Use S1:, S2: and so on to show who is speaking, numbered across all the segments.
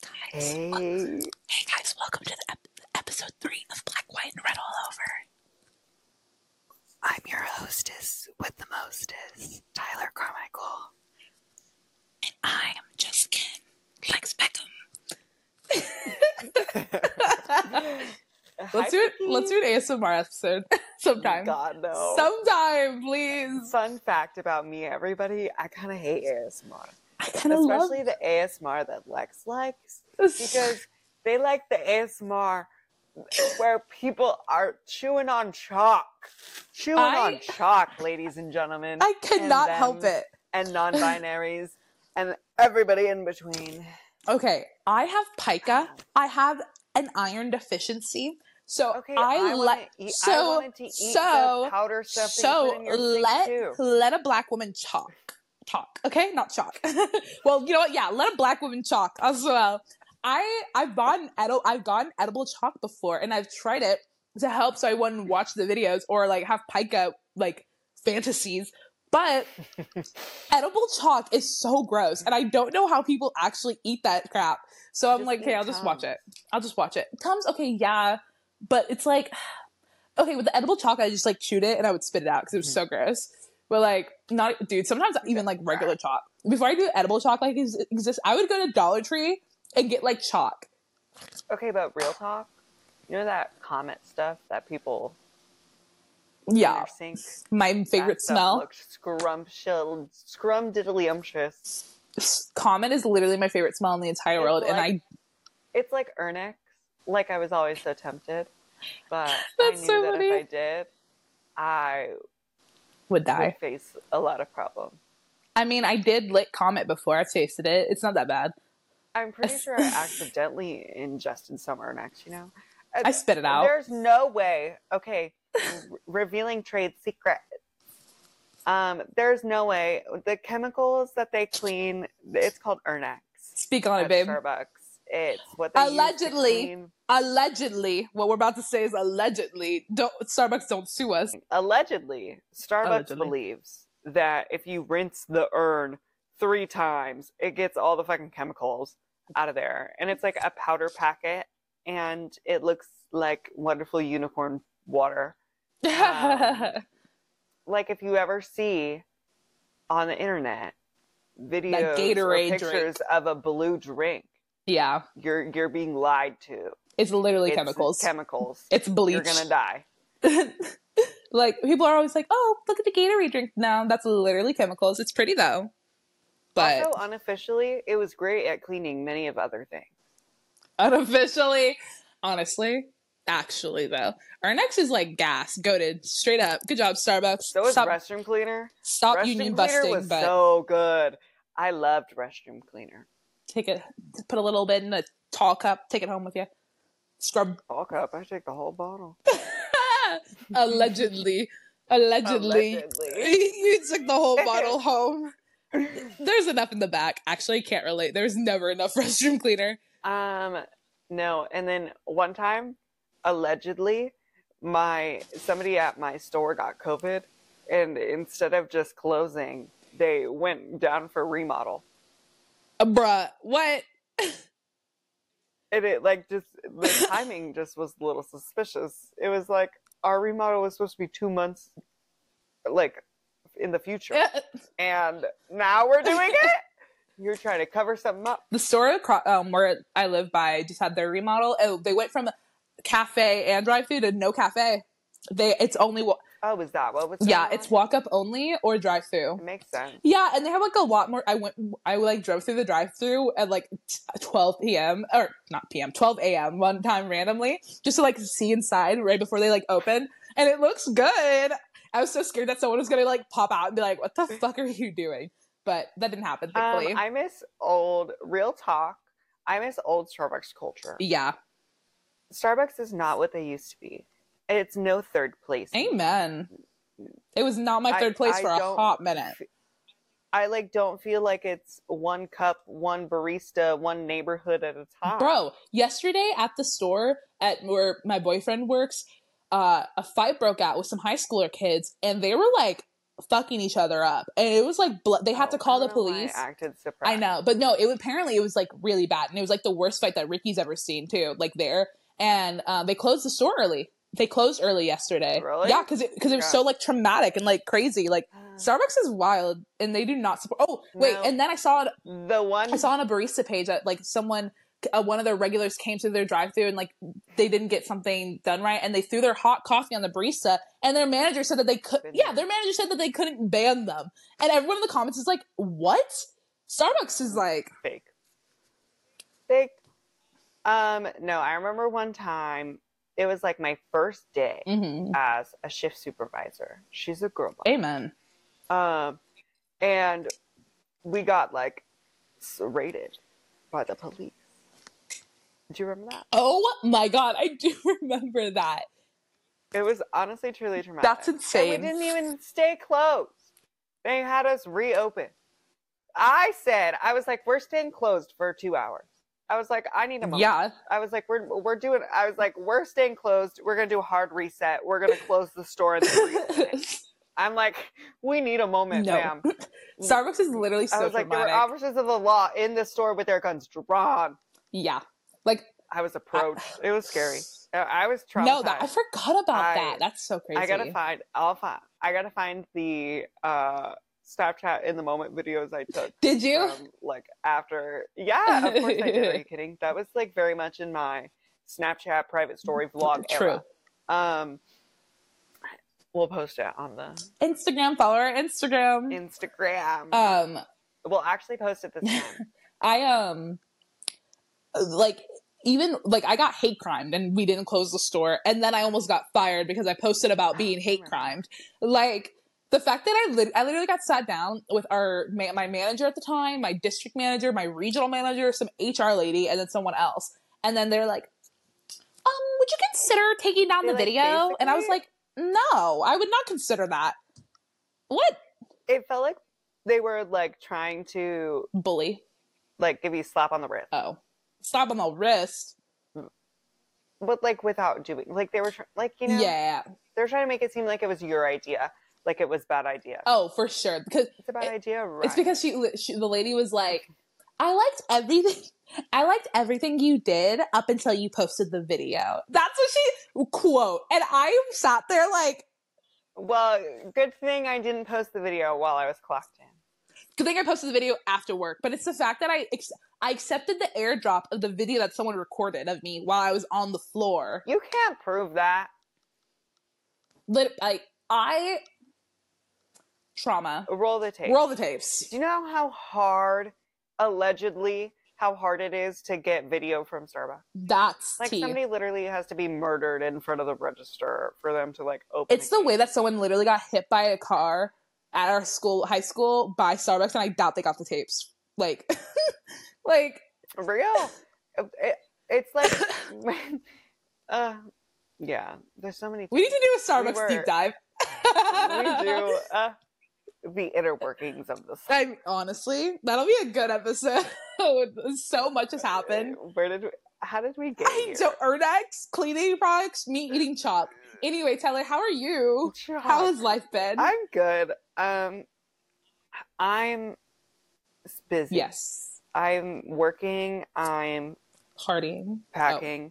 S1: guys, well,
S2: Hey,
S1: hey guys, welcome to the ep- episode three of Black, White, and Red All Over. I'm your hostess with the mostest, Tyler Carmichael, and I am just Ken Lex Beckham.
S2: Hi, Uh,
S3: Let's do it. Let's
S2: Vicky.
S3: do an ASMR episode sometime.
S2: God no.
S3: Sometime, please.
S2: Fun fact about me, everybody, I kind of hate ASMR,
S3: I kind of love
S2: especially the ASMR that Lex likes
S3: this.
S2: because they like the ASMR where people are chewing on chalk, chewing
S3: I-
S2: on chalk, ladies and gentlemen,
S3: I cannot
S2: them.
S3: help it.
S2: and non-binaries, and everybody in between.
S3: Okay, I have pica. I have an iron deficiency, so
S2: Okay,
S3: I,
S2: wanna
S3: let
S2: eat, I
S3: so
S2: wanted to eat the
S3: so
S2: powder stuff that you put
S3: so
S2: in your sink,
S3: let
S2: too.
S3: let a black woman talk talk. Okay, not chalk. well, you know what? Yeah, let a black woman talk as well. I I've bought an edi- I've gotten edible chalk before, and I've tried it to help so I wouldn't watch the videos or like have pica like fantasies, but. edible chalk is so gross and i don't know how people actually eat that crap so i'm
S2: Just
S3: like
S2: eat
S3: okay i'll just watch
S2: Tums.
S3: it i'll just watch it tums okay yeah but it's like okay with the edible chalk i just like chewed it and i would spit it out because it was so
S2: Mm-hmm.
S3: gross but like not dude sometimes even like regular chalk before i do edible chalk like ex- exists i would go to dollar tree and get like chalk
S2: Okay, but real talk, you know that comet stuff that people in
S3: yeah
S2: their sink.
S3: my
S2: That
S3: favorite
S2: stuff
S3: smell
S2: looked scrumptious, scrumdiddlyumptious.
S3: common is literally my favorite smell in the entire
S2: It's
S3: world and
S2: like-
S3: i
S2: It's like Ernex. Like I was always so tempted, but I
S3: That's
S2: knew
S3: so
S2: that
S3: funny.
S2: if I did, I
S3: would die
S2: would face a lot of problems.
S3: i mean i did lick comet before i tasted it it's not that bad
S2: I'm pretty sure I accidentally ingested some Ernex. You know,
S3: I spit it out.
S2: There's no way. Okay, r- revealing trade secrets. Um, there's no way the chemicals that they clean. It's called Ernex
S3: Speak on it,
S2: at
S3: babe.
S2: Starbucks. It's what they use to
S3: Allegedly.
S2: clean-
S3: Allegedly, what we're about to say is allegedly. Don't Starbucks don't sue us.
S2: Allegedly, Starbucks
S3: Allegedly.
S2: believes that if you rinse the urn three times, it gets all the fucking chemicals out of there, and it's like a powder packet, and it looks like wonderful unicorn water. Um, like if you ever see on the internet videos
S3: Gatorade
S2: or
S3: drink.
S2: pictures of a blue drink,
S3: yeah,
S2: you're you're being lied to.
S3: it's literally
S2: It's
S3: chemicals.
S2: Chemicals.
S3: it's bleach.
S2: You're gonna die.
S3: like people are always like, "Oh, look at the Gatorade drink." No, that's literally chemicals. It's pretty though, but
S2: also, unofficially, it was great at cleaning many of other things.
S3: unofficially, honestly, actually though, our next is like gas, goaded straight up. Good job, Starbucks.
S2: So was
S3: stop,
S2: restroom cleaner.
S3: stop
S2: restroom
S3: union
S2: cleaner
S3: busting,
S2: was
S3: but
S2: so good. I loved restroom cleaner.
S3: take it, put a little bit in a tall cup, take it home with you, scrub
S2: All cup. I take the whole bottle.
S3: allegedly, allegedly,
S2: Allegedly.
S3: you took the whole bottle home. There's enough in the back. Actually, I can't relate. There's never enough restroom cleaner.
S2: Um, no. And then one time, allegedly, my somebody at my store got COVID, and instead of just closing, they went down for remodel.
S3: Uh, bruh, what?
S2: And it like just the timing just was a little suspicious. It was like our remodel was supposed to be two months, like in the future. and now we're doing it. You're trying to cover something up.
S3: The store acro- um, where I live by just had their remodel. Oh, they went from cafe and drive through to no cafe. They it's only wa-
S2: Oh, is that what was? going
S3: yeah,
S2: on?
S3: it's walk up only or drive through.
S2: It makes sense.
S3: Yeah, and they have like a lot more. I went, I like drove through the drive-through at like t- 12 p.m. or not p.m. 12 a.m. one time randomly just to like see inside right before they like open, and it looks good. I was so scared that someone was gonna like pop out and be like, "What the fuck are you doing?" But that didn't happen.
S2: Um,
S3: Thankfully,
S2: I miss old real talk. I miss old Starbucks culture.
S3: yeah.
S2: Starbucks is not what they used to be. It's no third place.
S3: Amen. It was not my
S2: I-
S3: third place
S2: I
S3: for a
S2: don't
S3: hot minute.
S2: I like don't feel like it's one cup, one barista, one neighborhood at a time.
S3: Bro, yesterday at the store at where my boyfriend works, uh, a fight broke out with some high schooler kids, and they were like fucking each other up, and it was like blo- they had to
S2: Oh,
S3: call
S2: I
S3: the
S2: don't know why
S3: police.
S2: I acted
S3: I
S2: surprised.
S3: know, but no, it was- apparently it was like really bad, and it was like the worst fight that Ricky's ever seen too. Like there, and um, they closed the store early. They closed early yesterday.
S2: Really?
S3: Yeah, because it because it was
S2: God.
S3: so like traumatic and like crazy. Like
S2: Um,
S3: Starbucks is wild, and they do not support. Oh wait,
S2: No.
S3: and then I saw it.
S2: The one
S3: I saw on a barista page that like someone. Uh, one of their regulars came through their drive-through and like they didn't get something done right, and they threw their hot coffee on the barista. And their manager said that they could,
S2: Goodness.
S3: yeah, their manager said that they couldn't ban them. And everyone in the comments is like, "What?" Starbucks
S2: Mm-hmm.
S3: is like,
S2: fake. Fake. Um, no, I remember one time it was like my first day
S3: Mm-hmm.
S2: as a shift supervisor. She's a girl boss.
S3: Amen.
S2: Um, and we got like raided by the police. Do you remember that?
S3: Oh my god, I do remember that.
S2: It was honestly truly traumatic.
S3: That's insane.
S2: And we didn't even stay closed. They had us reopen. I said, I was like, we're staying closed for two hours. I was like, I need a moment.
S3: Yeah,
S2: I was like, we're we're doing. I was like, we're staying closed. We're gonna do a hard reset. We're gonna close the store. And then reopen it." I'm like, we need a moment,
S3: No.
S2: ma'am.
S3: Starbucks is literally so
S2: I was like, there were
S3: dramatic.
S2: officers of the law in the store with their guns drawn.
S3: yeah, like
S2: I was approached.
S3: Uh,
S2: it was scary. I I was traumatized.
S3: no, that I forgot about
S2: I-
S3: that. That's so crazy.
S2: I gotta find. I'll find. I gotta find the uh, Snapchat in the moment videos I took.
S3: Did you?
S2: From, like after, yeah, of course I did. Are you kidding? That was like very much in my Snapchat private story
S3: Mm,
S2: vlog era. Um, we'll post it on the
S3: Instagram follower, Instagram.
S2: Instagram.
S3: Um,
S2: we'll actually post it this time.
S3: I um, like even like I got hate crimed and we didn't close the store, and then I almost got fired because I posted
S2: Oh
S3: about being hate crimed. Like the fact that I lit- I literally got sat down with our ma- my manager at the time, my district manager, my regional manager, some HR lady, and then someone else, and then they're like, "Um, would you consider taking down
S2: They,
S3: the
S2: like,
S3: video?" And I was like,
S2: basically-
S3: "No, I would not consider that." What
S2: It felt like they were like trying to
S3: bully?
S2: like give you a slap on the wrist,
S3: Oh, slap on the wrist.
S2: but like without doing like they were tr- like you know
S3: yeah.
S2: they're trying to make it seem like it was your idea, like it was bad idea.
S3: Oh, for sure. Because
S2: It's a bad
S3: It-
S2: idea, right?
S3: It's because she, she, the lady was like, I liked everything. I liked everything you did up until you posted the video. That's what she quote. And I sat there like,
S2: well, good thing I didn't post the video while I was clocked in.
S3: good thing I posted the video after work. But it's the fact that I, ex- I accepted the airdrop of the video that someone recorded of me while I was on the floor.
S2: You can't prove that.
S3: Lit- Like I, trauma.
S2: Roll the tape.
S3: Roll the tapes.
S2: Do you know how hard, allegedly, how hard it is to get video from Starbucks?
S3: That's
S2: Like
S3: tea.
S2: somebody literally has to be murdered in front of the register for them to like open.
S3: It's the way that someone literally got hit by a car at our school, high school, by Starbucks, and I doubt they got the tapes. Like, like
S2: that real. It- it's like, uh, yeah. There's so many.
S3: we need to do a Starbucks
S2: were-
S3: deep dive.
S2: things we do uh, the inner workings of this.
S3: I honestly, that'll be a good episode. so much has happened.
S2: Where did we? How did we get
S3: I
S2: here?
S3: don't Ernex, cleaning products, me eating chop. Anyway, Tyler, how are you?
S2: Josh.
S3: How has life been?
S2: I'm good. Um, I'm s- busy.
S3: yes,
S2: I'm working. I'm
S3: partying Oh,
S2: packing.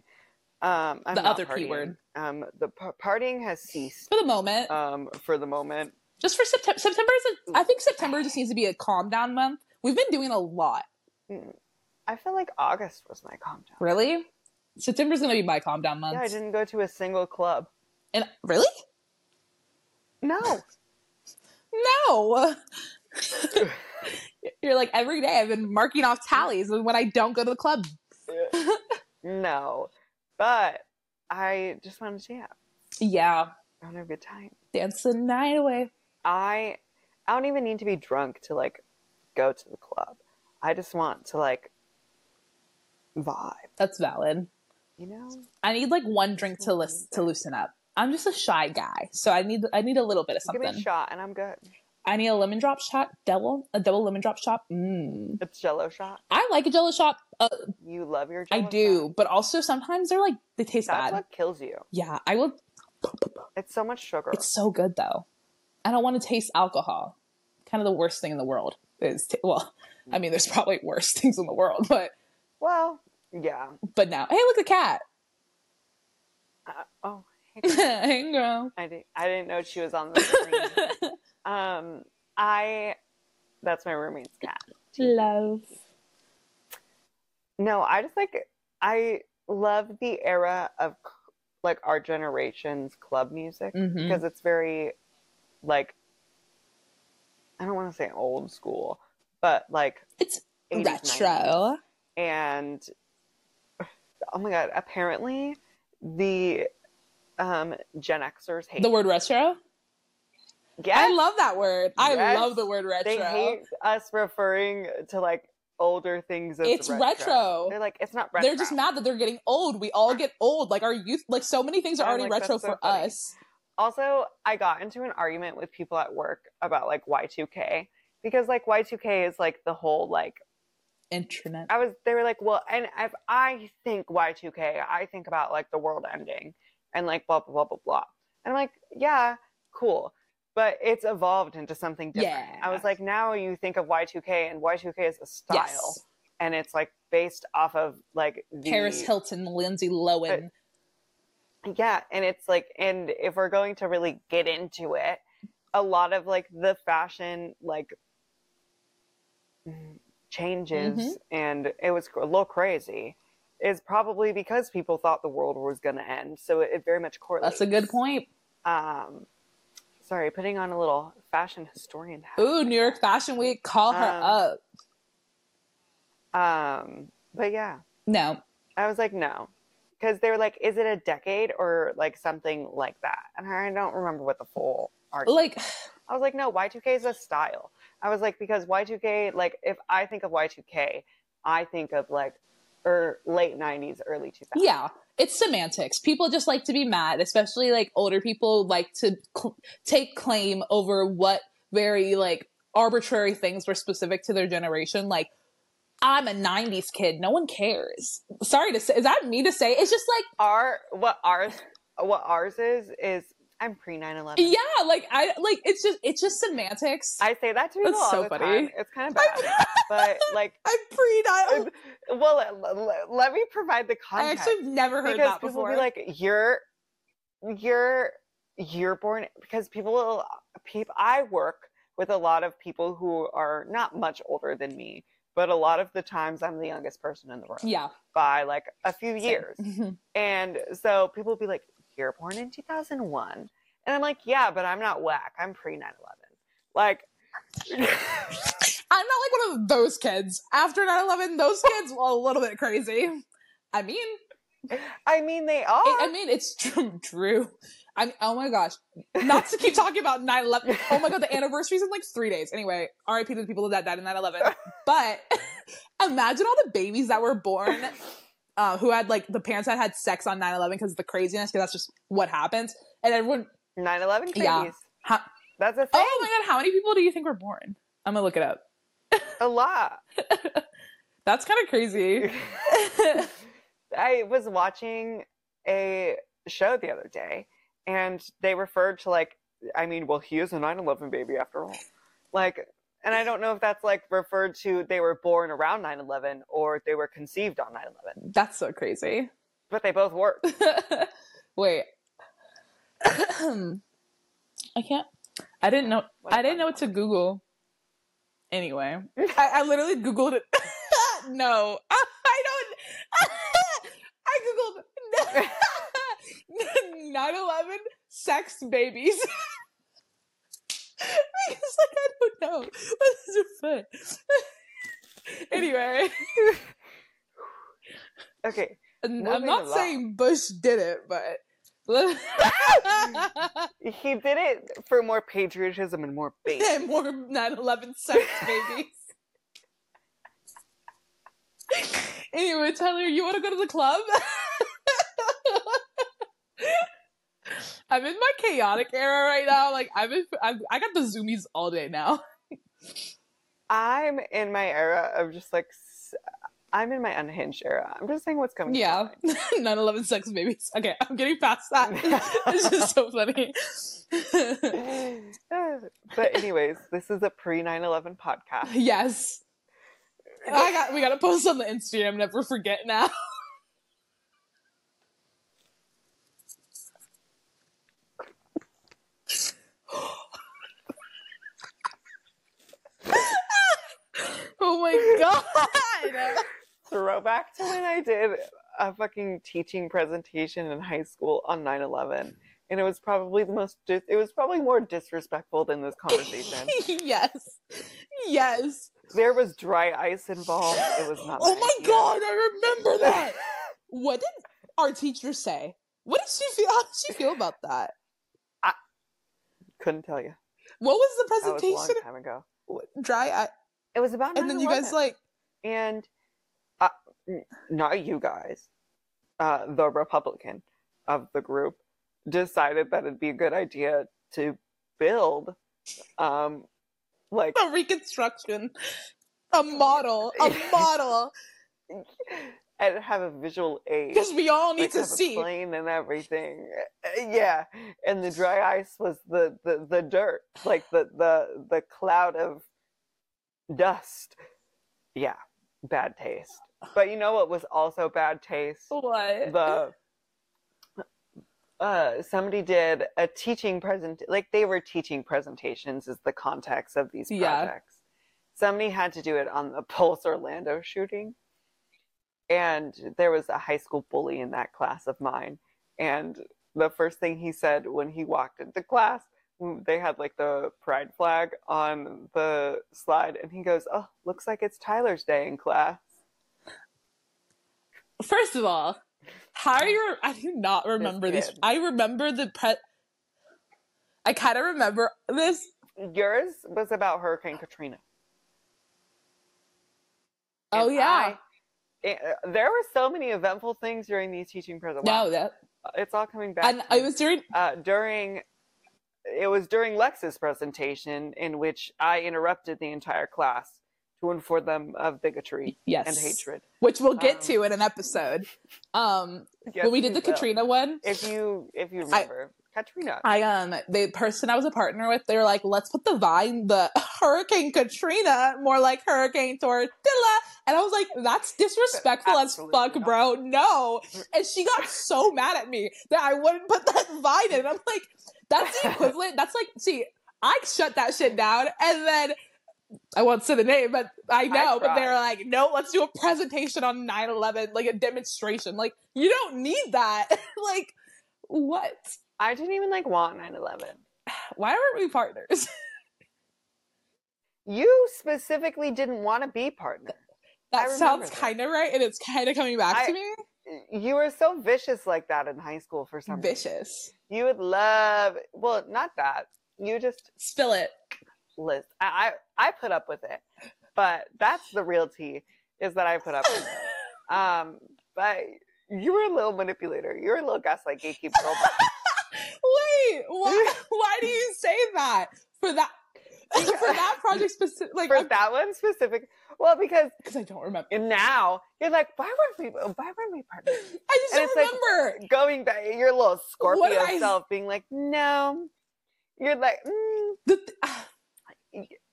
S2: Um, I'm
S3: The
S2: not
S3: other P
S2: partying.
S3: word.
S2: Um, the par- partying has ceased.
S3: for the moment.
S2: Um, for the moment.
S3: just for September. September is. A, I think September just needs to be a calm down month. We've been doing a lot,
S2: I feel like August was my calm down.
S3: really. September's gonna be my calm down month.
S2: Yeah, I didn't go to a single club.
S3: And really,
S2: No,
S3: no. You're like every day. I've been marking off tallies of when I don't go to the club.
S2: no. But I just wanted to jam.
S3: Yeah,
S2: I want to have a good time.
S3: dance the night away.
S2: I I don't even need to be drunk to like go to the club. I just want to like vibe,
S3: That's valid.
S2: you know?
S3: I need like one drink to list to loosen up. I'm just a shy guy, so I need I need a little bit of
S2: Give me a
S3: something.
S2: shot and I'm good.
S3: I need a lemon drop shot, double a double lemon drop shot. Mm.
S2: It's jello shot.
S3: I like a Jello shot. Uh,
S2: You love your
S3: I
S2: jello
S3: do,
S2: shot.
S3: but also sometimes they're like they taste
S2: That's
S3: bad.
S2: what kills you.
S3: yeah, I will.
S2: It's so much sugar.
S3: It's so good though. I don't want to taste alcohol. Kind of the worst thing in the world is ta well, I mean, there's probably worse things in the world, but
S2: Well, yeah.
S3: but now, hey, look the cat.
S2: Uh, oh, hey,
S3: hey, girl.
S2: I, did, I didn't know she was on the screen. um, I, that's my roommate's cat.
S3: Love.
S2: No, I just like I love the era of c- like our generation's club music
S3: Mhm.
S2: because it's very like I don't want to say old school, but like
S3: It's
S2: 80s, 90s.
S3: retro.
S2: And oh my god, apparently the um Gen Xers hate
S3: The word retro.
S2: Yes,
S3: I love that word. I
S2: Yes.
S3: love the word retro.
S2: they hate us referring to like older things as
S3: It's retro.
S2: They're like it's not retro.
S3: They're just mad that they're getting old. We all get old. Like our youth, like so many things are
S2: I'm
S3: already
S2: like,
S3: retro
S2: that's so
S3: for
S2: funny.
S3: us.
S2: also i got into an argument with people at work about like y2k because like y2k is like the whole like
S3: Internet.
S2: i was they were like well and if i think y2k i think about like the world ending and like blah blah blah blah blah and i'm like yeah cool but it's evolved into something different i was
S3: Yeah.
S2: like now you think of y2k and y2k is a style
S3: Yes.
S2: and it's like based off of like the
S3: Paris Hilton, Lindsay Lohan.
S2: yeah, and it's like, and if we're going to really get into it, a lot of like the fashion like mm, changes
S3: Mhm.
S2: and it was a little crazy is probably because people thought the world was going to end. So it, it very much correlates.
S3: That's a good point.
S2: Um, sorry, putting on a little fashion historian hat.
S3: Ooh, New York Fashion Week. Call her
S2: Um,
S3: up.
S2: Um, but yeah,
S3: No,
S2: I was like, no. Because they were like, is it a decade or like something like that? And I don't remember what the full argument
S3: like
S2: I was like, no, Y2K is a style. I was like, because Y2K, like, if I think of Y2K, I think of like, or late 90s, early 2000s.
S3: yeah it's semantics people just like to be mad especially like older people like to cl- take claim over what very like arbitrary things were specific to their generation like i'm a 90s kid no one cares sorry to say is that me to say it's just like
S2: Our, what ours, what ours is, is I'm pre 9 11.
S3: yeah like i like it's just it's just semantics I-
S2: I say that to people
S3: That's
S2: all
S3: so
S2: the
S3: funny.
S2: time. It's kind of bad. but like,
S3: am pre
S2: it- well, let, let- let me provide the
S3: I
S2: context.
S3: actually have never heard
S2: because
S3: that
S2: people
S3: before.
S2: be like, you're, you're, you're born because people, people. I work with a lot of people who are not much older than me, but a lot of the times I'm the youngest person in the room
S3: yeah.
S2: by like a few
S3: same. Mm-hmm.
S2: years. And so people be like, you're born in 2001. And I'm like, yeah, but I'm not whack. I'm pre 9 11. Like,
S3: I'm not like one of those kids. After 9 11, those kids were a little bit crazy. I mean,
S2: I mean, they are.
S3: I, I mean, it's true. true. I mean, oh my gosh. Not to keep talking about 9 11. Oh my God, the anniversary's in like three days. Anyway, RIP to the people that died in 9 11. But imagine all the babies that were born uh, who had like the parents that had sex on 9 11 because of the craziness, because that's just what happens. And everyone,
S2: 9 11
S3: Yeah.
S2: babies.
S3: Ha-
S2: That's a thing.
S3: oh my God, how many people do you think were born? I'm gonna look it up.
S2: a lot.
S3: That's kind of crazy.
S2: I was watching a show the other day and they referred to like I mean, well he is a 9/11 baby after all. Like and I don't know if that's like referred to they were born around 9/11 or they were conceived on 9/11,
S3: That's so crazy.
S2: but they both work.
S3: Wait. I can't. I didn't know.
S2: What a
S3: I didn't
S2: fun
S3: know what to Google. Anyway, I, I literally Googled it. no, I don't. I Googled 9 11 sex babies. because, like, I don't know. What is your foot? anyway,
S2: Okay.
S3: and I'm
S2: Moving
S3: not
S2: along.
S3: saying Bush did it, but.
S2: He did it for more patriotism and more base.
S3: and more 9-11 sex babies. anyway, Tyler, you want to go to the club? I'm in my chaotic era right now. Like I've been, I've, I got the zoomies all day now.
S2: I'm in my era of just like s- I'm in my unhinged era. I'm just saying what's coming. to
S3: Yeah.
S2: mind.
S3: 9 11 sex babies. Okay, I'm getting past that. it's just so funny.
S2: but anyways, this is a pre 9/11 podcast.
S3: yes. I got we gotta post on the Instagram, never forget now. oh my god.
S2: Throwback to when I did a fucking teaching presentation in high school on 9/11, and it was probably the most. Dis- it was probably more disrespectful than this conversation.
S3: yes. Yes.
S2: there was dry ice involved. It was not.
S3: Oh
S2: an
S3: my
S2: idea.
S3: god, I remember that. what did our teacher say? What did she feel? How did she feel about that?
S2: Couldn't tell you.
S3: What was the
S2: That was a long
S3: presentation?
S2: time ago.
S3: What- Dry eye,
S2: It was about.
S3: and then you guys
S2: 9/11.
S3: like,
S2: and uh, n- not you guys, uh, the Republican of the group decided that it'd be a good idea to build, um, like
S3: a reconstruction, a model, a model,
S2: and have a visual aid.
S3: because we all need
S2: like,
S3: to
S2: have a
S3: see.
S2: plane and everything. Uh, Yeah, and the dry ice was the the, the dirt, like the the the cloud of dust. Yeah, bad taste. But you know what was also bad taste?
S3: What?
S2: the uh somebody did a teaching present like they were teaching presentations is the context of these
S3: Yeah.
S2: projects somebody had to do it on the pulse orlando shooting and there was a high school bully in that class of mine and the first thing he said when he walked into class mm, they had like the pride flag on the slide and he goes oh looks like it's tyler's day in class
S3: First of all, how are you? I do not remember these.
S2: kid.
S3: I remember the pre. I kind of remember this.
S2: yours was about hurricane katrina
S3: Oh
S2: And
S3: yeah,
S2: I- eh, there were so many eventful things during these teaching present.
S3: no,
S2: Wow,
S3: that
S2: it's all coming back.
S3: and
S2: to
S3: I
S2: me.
S3: was during.
S2: uh, during it was during Lex's presentation in which I interrupted the entire class to inform them of bigotry
S3: Yes,
S2: and hatred.
S3: which we'll get
S2: Um,
S3: to in an episode. Um,
S2: Yes,
S3: when we did the
S2: will.
S3: Katrina one,
S2: if you if you
S3: I-
S2: remember Katrina,
S3: I um the person I was a partner with, they were like, let's put the vine, the Hurricane Katrina, more like Hurricane Tortilla. And I was like, that's disrespectful as
S2: Absolutely
S3: fuck,
S2: not. Mm.
S3: bro. No. And she got so mad at me that I wouldn't put that vine in. I'm like, that's the equivalent. That's like, see, I shut that shit down and then I won't say the name, but I know. but they
S2: tried.
S3: were like, no, let's do a presentation on 9 11, like a demonstration. Like, you don't need that. like, what?
S2: I didn't even like want 9/11.
S3: Why aren't we partners?
S2: You specifically didn't want to be partner. I
S3: That
S2: remember
S3: sounds
S2: that.
S3: kind of right, and it's kind of coming back
S2: I-
S3: to me.
S2: You were so vicious like that in high school for some reason.
S3: Vicious.
S2: You would love well, not that. You just
S3: Spill it.
S2: list. I, I I put up with it, but that's the real tea is that I put up with it. Um, but you were a little manipulator. You were a little gaslight gatekeeper. girl, but
S3: Wait, why? why do you say that for that for that project specific? Like,
S2: For that one specific, well, because
S3: because I don't remember.
S2: now you're like, why weren't we? Why weren't we partners?
S3: I just
S2: And
S3: don't
S2: it's like-
S3: remember.
S2: Going back, your little
S3: What did
S2: Scorpio
S3: I-
S2: self being like, no. You're like, mm,
S3: The th- ah,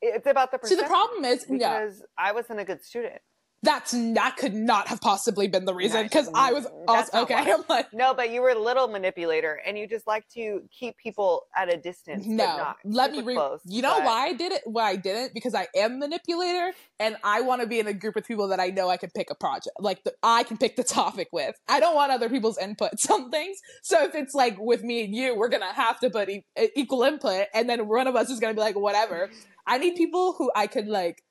S2: it's about the
S3: so
S2: perception.
S3: the problem is, no,
S2: because I wasn't a good student.
S3: that's that could not have possibly been the reason
S2: Nice.
S3: because I was
S2: Mm, that's
S3: also
S2: not
S3: okay.
S2: why.
S3: I'm like,
S2: No, but you were a little manipulator, and you just like to keep people at a distance. but
S3: no,
S2: not
S3: let me
S2: super
S3: re.
S2: close,
S3: you know
S2: but-
S3: why I did it? Why I didn't? Because I am manipulator, and I want to be in a group of people that I know I can pick a project, like the, I can pick the topic with. I don't want other people's inputs on things. So if it's like with me and you, we're gonna have to put e- equal input, and then one of us is gonna be like whatever. I need people who I could like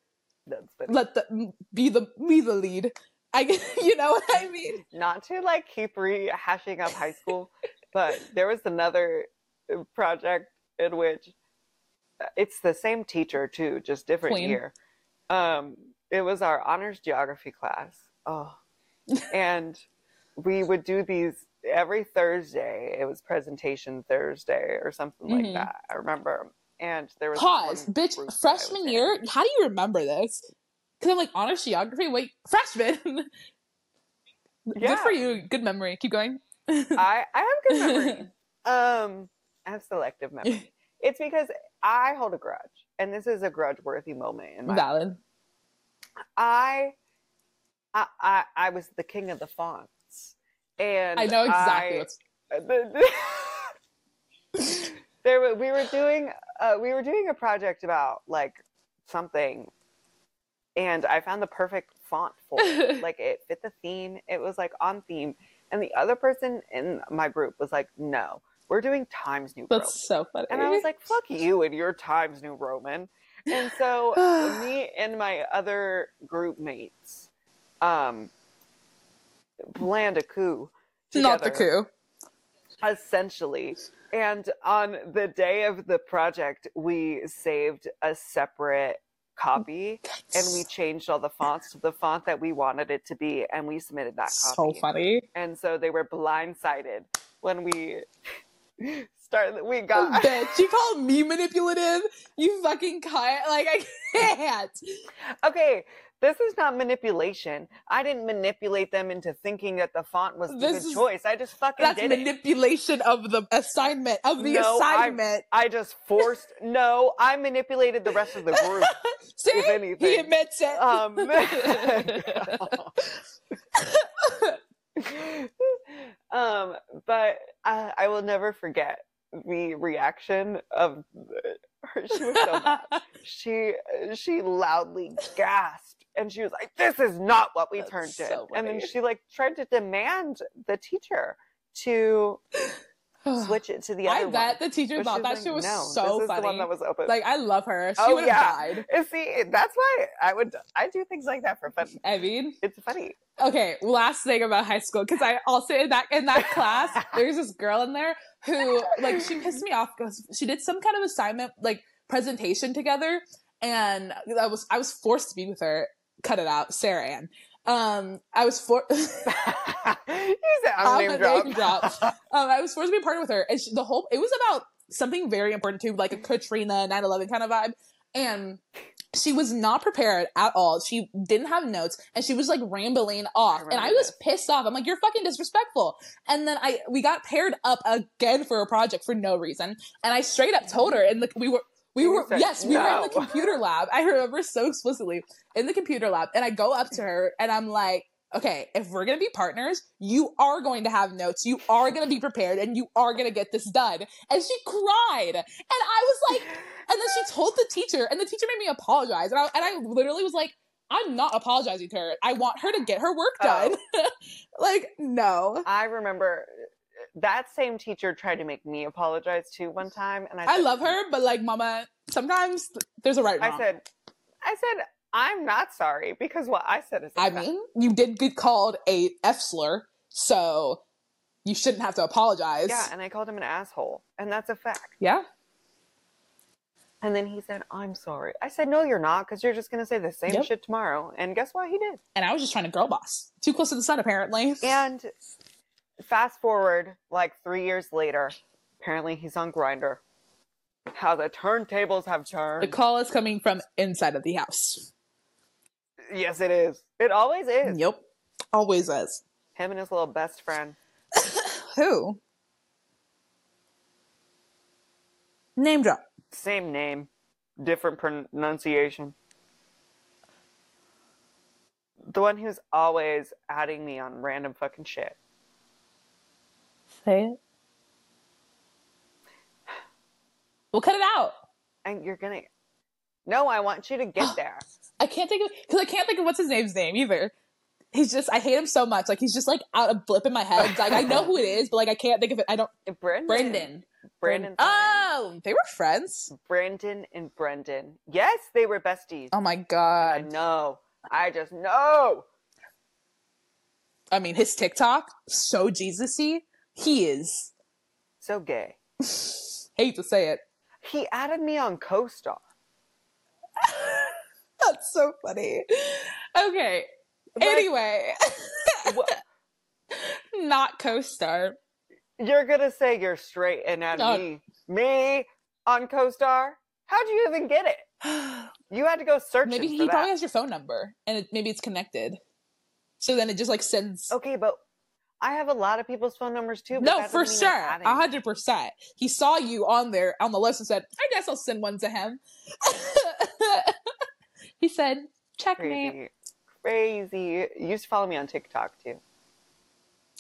S2: That's been-
S3: let the be the be the lead. I you know what I mean?
S2: not to like keep rehashing up high school, but there was another uh, project in which uh, it's the same teacher too, just different
S3: Queen.
S2: year. Um, it was our honors geography class. Oh, and we would do these every Thursday. It was presentation Thursday or something
S3: Mhm.
S2: like that. I remember. And there was this
S3: Pause,
S2: one
S3: bitch.
S2: group that I was
S3: Freshman
S2: in.
S3: year, how do you remember this? Because I'm like honors geography. Wait, freshman.
S2: Yeah.
S3: Good for you. Good memory. Keep going.
S2: I, I have good memory. um, I have selective memory. It's because I hold a grudge, and this is a grudge-worthy moment in my. life.
S3: Valid.
S2: I, I, I, I was the king of the fonts, and
S3: I know exactly
S2: I-
S3: what's
S2: the- the- there were, we were doing uh, we were doing a project about like something and i found the perfect font for it like it fit the theme it was like on theme and the other person in my group was like no we're doing times new roman
S3: that's so funny.
S2: and i was like fuck you and your times new roman and so me and my other group mates um planned a coup
S3: not the
S2: together
S3: coup.
S2: essentially. And on the day of the project, we saved a separate copy and we changed all the fonts to the font that we wanted it to be, and we submitted that
S3: so
S2: copy.
S3: funny.
S2: And so they were blindsided when we started. We got.
S3: Bitch, you call me manipulative? You fucking cunt. Like I can't.
S2: Okay, this is not manipulation. I didn't manipulate them into thinking that the font was the
S3: This
S2: good
S3: is-
S2: choice. I just fucking
S3: That's
S2: did it.
S3: manipulation of the assignment of the
S2: No, I'm-
S3: assignment.
S2: I just forced. no, I manipulated the rest of the group.
S3: See,
S2: if anything.
S3: he admits it.
S2: Um, Oh, um, but I, I will never forget the reaction of her. She was so mad. she uh, she loudly gasped and she was like, "This is not what we
S3: That's
S2: turned
S3: so
S2: in." And
S3: funny.
S2: then she like tried to demand the teacher to switch it to the other
S3: I bet the teacher
S2: one.
S3: thought
S2: But she's
S3: that
S2: like,
S3: shit was so
S2: no, this is
S3: funny.
S2: the one that was open.
S3: like I love her. She
S2: Oh,
S3: would have
S2: yeah.
S3: died.
S2: And see, that's why I would I do things like that for fun.
S3: I mean,
S2: It's funny.
S3: okay last thing about high school because i also in that in that class there's this girl in there who like she pissed me off because she did some kind of assignment like presentation together and i was i was forced to be with her cut it out sarah ann um i was for
S2: you said
S3: I'm
S2: I'm
S3: a
S2: name drop.
S3: name drop. um, I was forced to be partnered with her, and she, the whole it was about something very important too, like a Katrina 9/11 kind of vibe, and she was not prepared at all. She didn't have notes, and she was like rambling off, and I
S2: remember
S3: was
S2: this.
S3: pissed off. I'm like, "You're fucking disrespectful." And then I we got paired up again for a project for no reason, and I straight up told her, and like we were. We
S2: You
S3: were
S2: said
S3: yes, we were in the
S2: no.
S3: computer lab. I remember so explicitly in the computer lab, and I go up to her and I'm like, okay, if we're gonna be partners, you are going to have notes, you are gonna be prepared, and you are gonna get this done. And she cried. And I was like, and then she told the teacher, and the teacher made me apologize. And I, and I literally was like, I'm not apologizing to her. I want her to get her
S2: Oh.
S3: work done. like, no.
S2: I remember uh, that same teacher tried to make me apologize too one time, and I
S3: I
S2: said-
S3: love her, but like, mama, sometimes th- there's a right and
S2: I
S3: wrong.
S2: said, I said I'm not sorry because what I said is
S3: I
S2: not-
S3: mean, you did get called a F slur, so you shouldn't have to apologize.
S2: yeah, and I called him an asshole, and that's a fact.
S3: Yeah.
S2: And then he said, "I'm sorry." I said, "No, you're not, because you're just gonna say the same
S3: Yep.
S2: shit tomorrow." And guess what? He did.
S3: And I was just trying to girl boss. Too close to the sun, apparently.
S2: And fast forward like three years later, apparently he's on Grinder. How the turntables have turned.
S3: The call is coming from inside of the house.
S2: Yes, it is. It always is.
S3: Yep. Always is.
S2: Him and his little best friend.
S3: Who? Name drop.
S2: Same name, different pronunciation. The one who's always adding me on random fucking shit.
S3: Say it. We'll cut it out.
S2: And you're gonna. No, I want you to get there.
S3: I can't think of because I can't think of what's his name's name either. He's just I hate him so much. Like he's just like out a blip in my head. It's Like I know who it is, but like I can't think of it. I don't
S2: Brendan.
S3: Brendan.
S2: Brandon.
S3: Oh, they were friends.
S2: Brandon and Brendan. Yes, they were besties.
S3: Oh my
S2: I
S3: god.
S2: know. I just know.
S3: I mean his TikTok, so Jesus-y. He is.
S2: So gay.
S3: Hate to say it.
S2: He added me on CoStar.
S3: That's so funny. Okay.
S2: Like-
S3: anyway,
S2: Wha-
S3: not co-star.
S2: You're gonna say you're straight and add
S3: No.
S2: me, me on co-star? How'd you even get it? You had to go search.
S3: Maybe he
S2: for that.
S3: probably has your phone number, and it, maybe it's connected. So then it just like sends.
S2: Okay, but I have a lot of people's phone numbers too. but
S3: no,
S2: that
S3: for
S2: doesn't mean I'm
S3: sure,
S2: adding
S3: a hundred percent. He saw you on there on the list and said, "I guess I'll send one to him." he said, "Checkmate."
S2: Crazy, crazy. You used to follow me on TikTok too.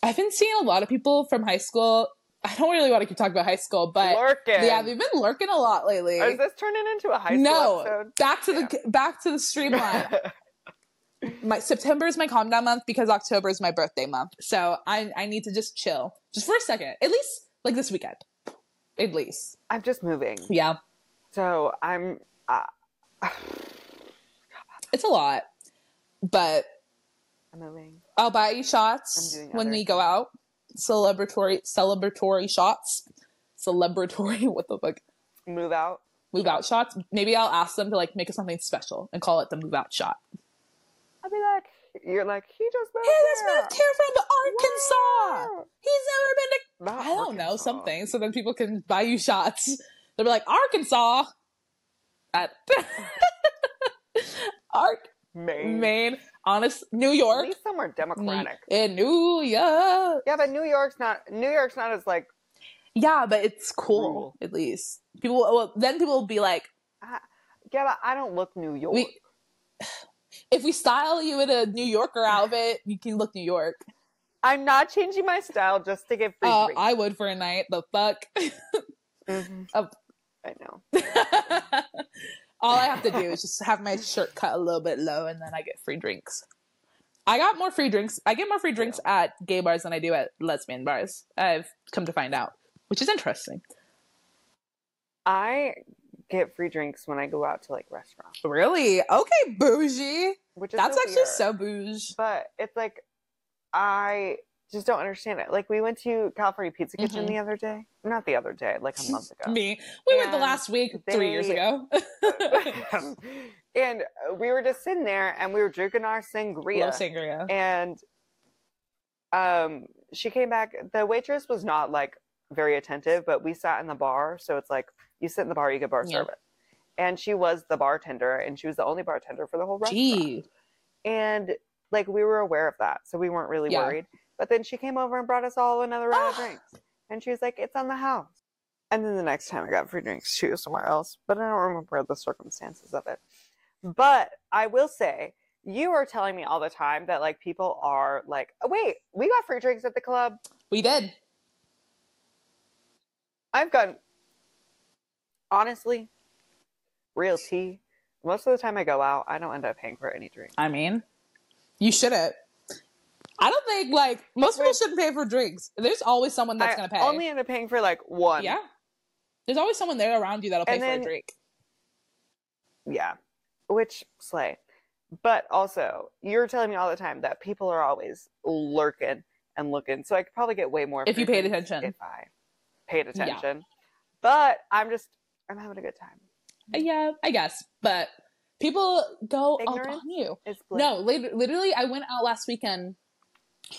S3: I've been seeing a lot of people from high school. I don't really want to keep talking about high school, but
S2: Lurking.
S3: yeah, they've been lurking a lot lately.
S2: Is this turning into a high school
S3: no,
S2: episode?
S3: back to the back to the streamline. my September is my calm down month because October is my birthday month. So I I need to just chill just for a second, at least like this weekend, at least.
S2: I'm just moving,
S3: Yeah,
S2: so I'm. Uh,
S3: it's a lot, but
S2: I'm moving.
S3: I'll buy you shots
S2: I'm doing
S3: when
S2: other
S3: we go
S2: things.
S3: out. Celebratory celebratory shots, celebratory. What the fuck?
S2: Move out.
S3: Move out shots. Maybe I'll ask them to like make us something special and call it the move out shot.
S2: I'll be like, you're like, he just moved.
S3: Hey, this
S2: here.
S3: moved here from Arkansas.
S2: Wow.
S3: He's never been to
S2: Not
S3: I don't know,
S2: Arkansas.
S3: something. So then people can buy you shots. They'll be like, Arkansas. At Ark,
S2: Maine.
S3: Maine, honest, New
S2: At
S3: York.
S2: least somewhere democratic.
S3: In New York.
S2: Yeah, but New York's not. New York's not as like.
S3: Yeah, but it's cool,
S2: Rural.
S3: at least. People, well, then people will be like,
S2: Yeah, but I don't look New York.
S3: we, if we style you in a New Yorker outfit, you can look New York.
S2: I'm not changing my style just to get free
S3: Uh,
S2: drinks.
S3: I would for a night. The fuck?
S2: Mhm.
S3: Oh.
S2: I know.
S3: All I have to do is just have my shirt cut a little bit low, and then I get free drinks. I got more free drinks. I get more free drinks at gay bars than I do at lesbian bars. I've come to find out, which is interesting.
S2: I get free drinks when I go out to like restaurants,
S3: Really? Okay, bougie.
S2: which is
S3: That's
S2: so
S3: actually
S2: weird.
S3: so bougie.
S2: But it's like I just don't understand it. Like we went to California Pizza Kitchen
S3: Mhm.
S2: the other day. Not the other day, like a month ago.
S3: Me, we went the
S2: And
S3: last week, three years
S2: they-
S3: ago.
S2: and uh, we were just sitting there and we were drinking our sangria.
S3: Love sangria.
S2: and um she came back the waitress was not like very attentive but we sat in the bar so it's like you sit in the bar you get bar
S3: Yeah.
S2: service and she was the bartender and she was the only bartender for the whole restaurant
S3: Gee,
S2: and like we were aware of that so we weren't really
S3: Yeah.
S2: worried but then she came over and brought us all another round of
S3: Ah.
S2: drinks and she was like it's on the house and then the next time i got free drinks she was somewhere else but i don't remember the circumstances of it but i will say you are telling me all the time that like people are like oh, wait we got free drinks at the club
S3: we did.
S2: i've gotten honestly real tea most of the time i go out i don't end up paying for any drink
S3: I mean, you shouldn't. I don't think like most people shouldn't pay for drinks. There's always someone that's
S2: I
S3: gonna pay.
S2: only end up paying for like one
S3: yeah. There's always someone there around you that'll pay
S2: And
S3: for
S2: then-
S3: a drink.
S2: Yeah. Which slay. But also, you're telling me all the time that people are always lurking and looking. So I could probably get way more
S3: If you
S2: free
S3: paid
S2: drinks
S3: attention.
S2: If I paid
S3: Yeah.
S2: attention. But I'm just I'm having a good time.
S3: Uh, Yeah, I guess. But people go up
S2: Ignorance?
S3: on you.
S2: It's bliss.
S3: No, lit- literally, I went out last weekend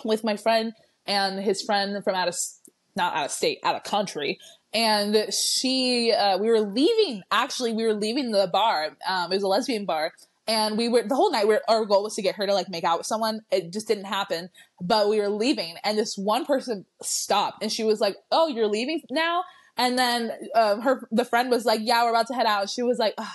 S3: with my friend and his friend from out of s- not out of state, out of country. And she, uh, we were leaving. Actually, we were leaving the bar. Um, it was a lesbian bar, and we were the whole night. We were, our goal was to get her to like make out with someone. It just didn't happen. But we were leaving, and this one person stopped, and she was like, "Oh, you're leaving now?" And then um, her the friend was like, "Yeah, we're about to head out." She was like, "Ugh,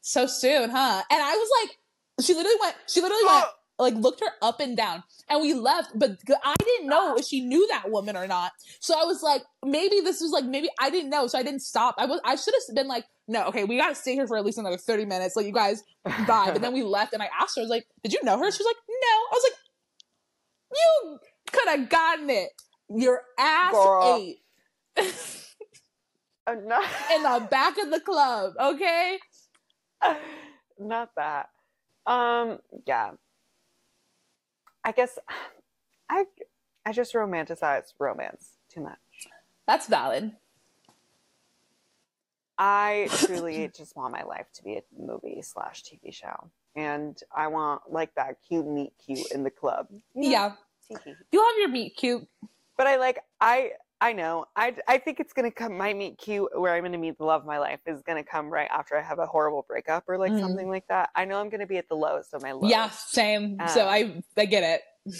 S3: "So soon, huh?" And I was like, she literally went. She literally went
S2: Oh,
S3: like looked her up and down and we left but g- i didn't know if she knew that woman or not so i was like maybe this was like maybe i didn't know so i didn't stop i was i should have been like no okay we gotta stay here for at least another 30 minutes like you guys vibe and then we left and i asked her i was like did you know her she was like no i was like you could have gotten it your ass
S2: Girl.
S3: ate
S2: I'm not
S3: in the back of the club okay
S2: not that. Um yeah. I guess I I just romanticize romance too much.
S3: that's valid
S2: I truly just want my life to be a movie slash TV show. And I want like that cute meet cute in the club.
S3: yeah
S2: Tee hee.
S3: you have your meat cute
S2: But I like I I know. I, I think it's gonna come. My meet cute, where I'm gonna meet the love of my life, is gonna come right after I have a horrible breakup or like
S3: Mhm.
S2: something like that. I know I'm gonna be at the lowest of my lowest.
S3: Yeah, same. so
S2: Um,
S3: I I get it.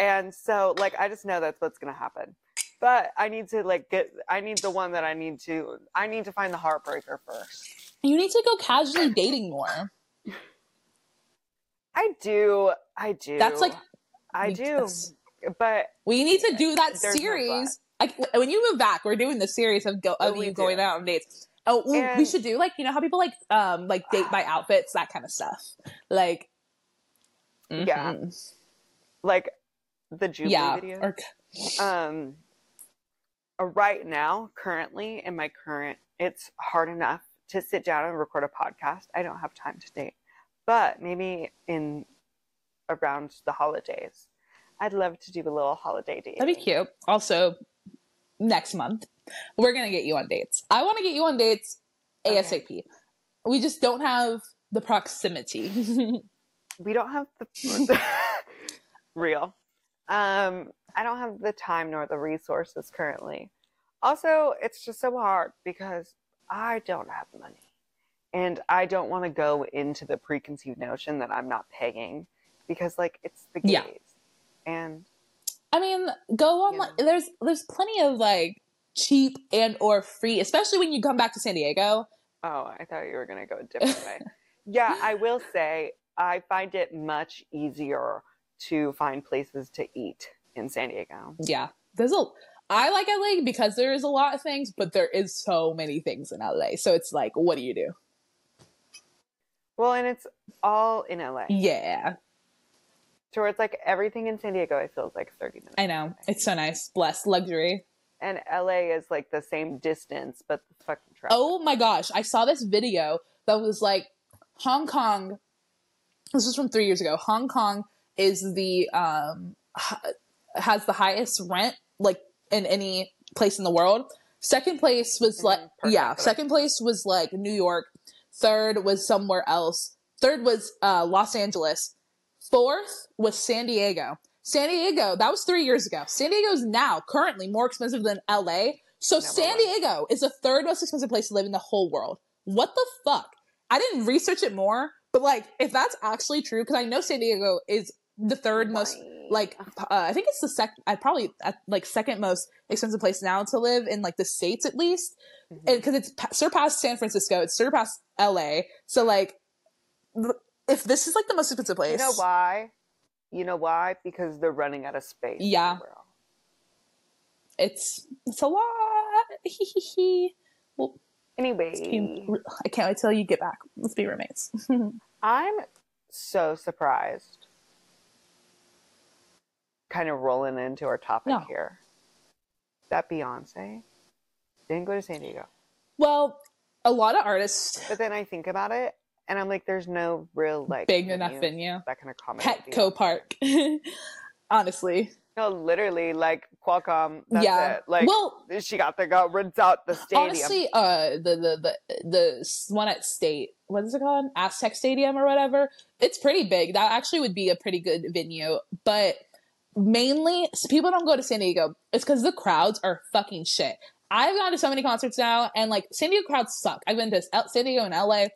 S2: And so, like, I just know that's what's gonna happen. But I need to like get. I need the one that I need to. I need to find the heartbreaker first.
S3: You need to go casually dating more.
S2: I do. I do.
S3: That's like
S2: I
S3: we-
S2: do.
S3: that's-
S2: But
S3: We need to do that
S2: There's no
S3: series. Like when you move back, we're doing the series of go of
S2: We
S3: you
S2: do.
S3: going out on dates. Oh, ooh, we
S2: And-
S3: should do like you know how people like um like date by outfits, that kind of stuff. Like,
S2: Yeah.
S3: mhm.
S2: like the Jubilee
S3: yeah,
S2: video.
S3: or
S2: um uh, right now currently in my current it's hard enough to sit down and record a podcast i don't have time to date but maybe in around the holidays i'd love to do a little holiday date
S3: that'd be cute. Also, next month we're gonna get you on dates. I want to get you on dates
S2: Okay.
S3: asap. We just don't have the proximity.
S2: we don't have the real um i don't have the time nor the resources currently also it's just so hard because i don't have money and i don't want to go into the preconceived notion that i'm not paying because like it's the gays
S3: Yeah.
S2: and
S3: I mean, go on.
S2: Yeah.
S3: Like, there's there's plenty of like cheap and or free, especially when you come back to San Diego.
S2: oh i thought you were going to go a different way yeah i will say i find it much easier to find places to eat in san diego
S3: Yeah, there's a. I like LA because there is a lot of things, but there is so many things in LA. So it's like, what do you do?
S2: well and it's all in la
S3: Yeah,
S2: So where it's like everything in San Diego, I feel is like 30 minutes.
S3: I know it's so nice, blessed luxury.
S2: And LA is like the same distance, but the fucking traffic.
S3: Oh my gosh, I saw this video that was like Hong Kong. This was from three years ago. Hong Kong is the um hi- has the highest rent like in any place in the world. Second place was
S2: Mhm,
S3: like
S2: per
S3: yeah.
S2: capita.
S3: Second place was like New York. Third was somewhere else. Third was uh, Los Angeles. Fourth was San Diego. San Diego, that was three years ago. San Diego is now currently more expensive than LA. So
S2: Number
S3: San
S2: one.
S3: Diego is the third most expensive place to live in the whole world. What the fuck? I didn't research it more, but like if that's actually true, because I know San Diego is the third most
S2: Why?
S3: like uh, I think it's the second, I probably uh, like second most expensive place now to live in like the states at least,
S2: Mhm.
S3: and because it's pa- surpassed San Francisco, it's surpassed L.A. So like, l- if this is like the most expensive place,
S2: you know why? You know why? Because they're running out of space. in the
S3: Yeah.
S2: world.
S3: it's it's a lot. well,
S2: Anyway,
S3: I can't wait till you get back. Let's be roommates.
S2: I'm so surprised. Kind of rolling into our topic
S3: No.
S2: here. That Beyonce didn't go to San Diego.
S3: well, a lot of artists
S2: But then I think about it and I'm like, there's no real like
S3: big enough
S2: venues
S3: venue,
S2: that can accommodate Beyonce.
S3: Petco Park. Honestly,
S2: No, literally, like Qualcomm. That's
S3: yeah.
S2: it. Like
S3: well,
S2: she got to go rinse out the stadium.
S3: Honestly, uh, the, the the the s- one at State, what is it called? Aztec Stadium or whatever. It's pretty big. That actually would be a pretty good venue. But mainly, s- people don't go to San Diego. It's because the crowds are fucking shit. I've gone to so many concerts now, and like San Diego crowds suck. I've been to L- San Diego and LA.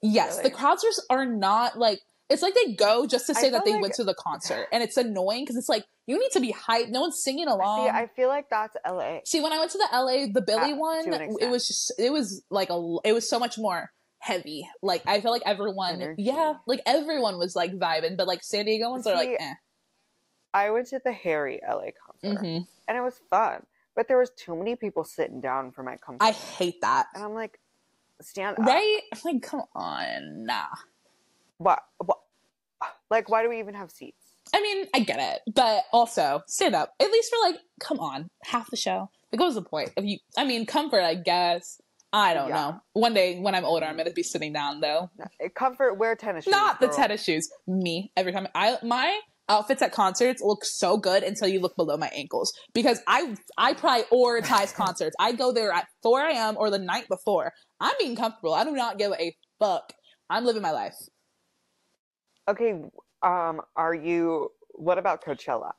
S3: Yes,
S2: Really?
S3: the crowds are, s- are not like. It's like they go just to
S2: I
S3: say that
S2: feel
S3: they
S2: like-
S3: went to the concert, and it's annoying because it's like you need to be hyped. No one's singing along.
S2: See, I feel like that's LA.
S3: See, when I went to the LA, the Billy
S2: Uh,
S3: one,
S2: to an
S3: it
S2: extent.
S3: was just it was like a it was so much more heavy. Like I felt like everyone,
S2: Energy.
S3: yeah, like everyone was like vibing, but like San Diego ones are like,
S2: See,
S3: eh.
S2: I went to the Harry LA concert
S3: Mhm.
S2: and it was fun, but there was too many people sitting down for my concert,
S3: I hate that.
S2: and I'm like, stand up.
S3: Right? Like, come on, nah.
S2: What? what? Like, why do we even have seats?
S3: I mean, I get it, but also stand up at least for like, come on, half the show. Like, what was the point? If you, I mean, comfort, I guess. I don't
S2: Yeah.
S3: know. One day when I'm older, I'm gonna be sitting down though.
S2: No, eh, Comfort wear tennis shoes.
S3: Not the
S2: girl.
S3: tennis shoes. Me every time I my outfits at concerts look so good until you look below my ankles because I I prioritize concerts. I go there at 4 a.m. or the night before. I'm being comfortable. I do not give a fuck. I'm living my life.
S2: Okay. Um. Are you? What about Coachella?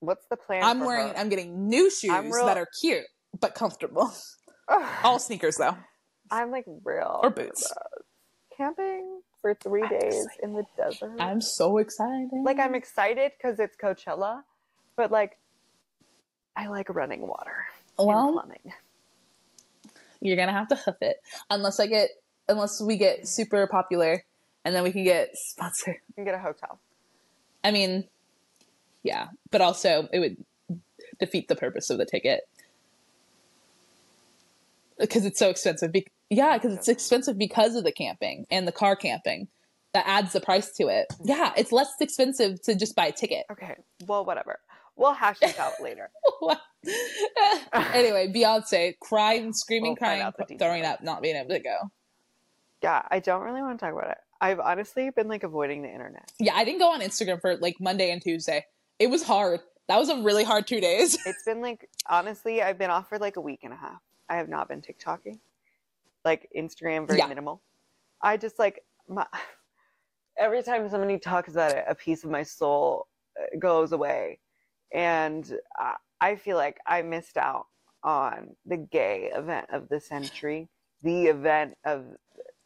S2: What's the plan?
S3: I'm
S2: for
S3: wearing.
S2: her?
S3: I'm getting new shoes
S2: real-
S3: that are cute but comfortable.
S2: Ugh,
S3: All sneakers though,
S2: I'm like real.
S3: or boots.
S2: Camping for 3
S3: I'm
S2: days in the desert.
S3: I'm so excited.
S2: like I'm excited because it's Coachella, but like I like running water and
S3: well,
S2: plumbing.
S3: you're gonna have to hoof it unless I get unless we get super popular, and then we can get sponsored.
S2: You can get a hotel.
S3: I mean, yeah, but also it would defeat the purpose of the ticket because it's so expensive. Be- yeah, because it's expensive because of the camping and the car camping. That adds the price to it. Yeah, it's less expensive to just buy a ticket.
S2: Okay. Well, whatever. We'll hash this out later.
S3: anyway, Beyonce crying, screaming,
S2: We'll find
S3: crying,
S2: out the
S3: throwing
S2: details.
S3: up, not being able to go.
S2: Yeah, I don't really want to talk about it. I've honestly been like avoiding the internet.
S3: Yeah, I didn't go on Instagram for like Monday and Tuesday. It was hard. That was a really hard two days.
S2: It's been like honestly, I've been off for like a week and a half. I have not been TikToking, like Instagram, very
S3: Yeah.
S2: minimal. I just like my. Every time somebody talks about it, a piece of my soul uh, goes away, and I, I feel like I missed out on the gay event of the century, the event of.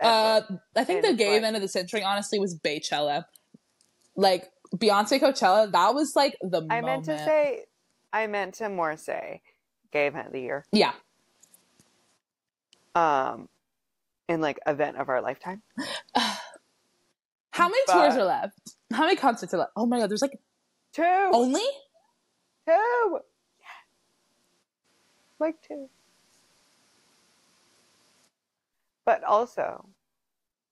S3: Uh,
S2: ever.
S3: I think
S2: And
S3: the
S2: it's
S3: gay
S2: like-
S3: event of the century, honestly, was Baychella. Like Beyonce Coachella, that was like the
S2: I
S3: moment.
S2: meant to say, I meant to more say, gay event of the year,
S3: yeah,
S2: um, and like event of our lifetime.
S3: how many
S2: But-
S3: tours are left? How many concerts are left? Oh my god, there's like
S2: Two.
S3: only
S2: Two. Like two. But also,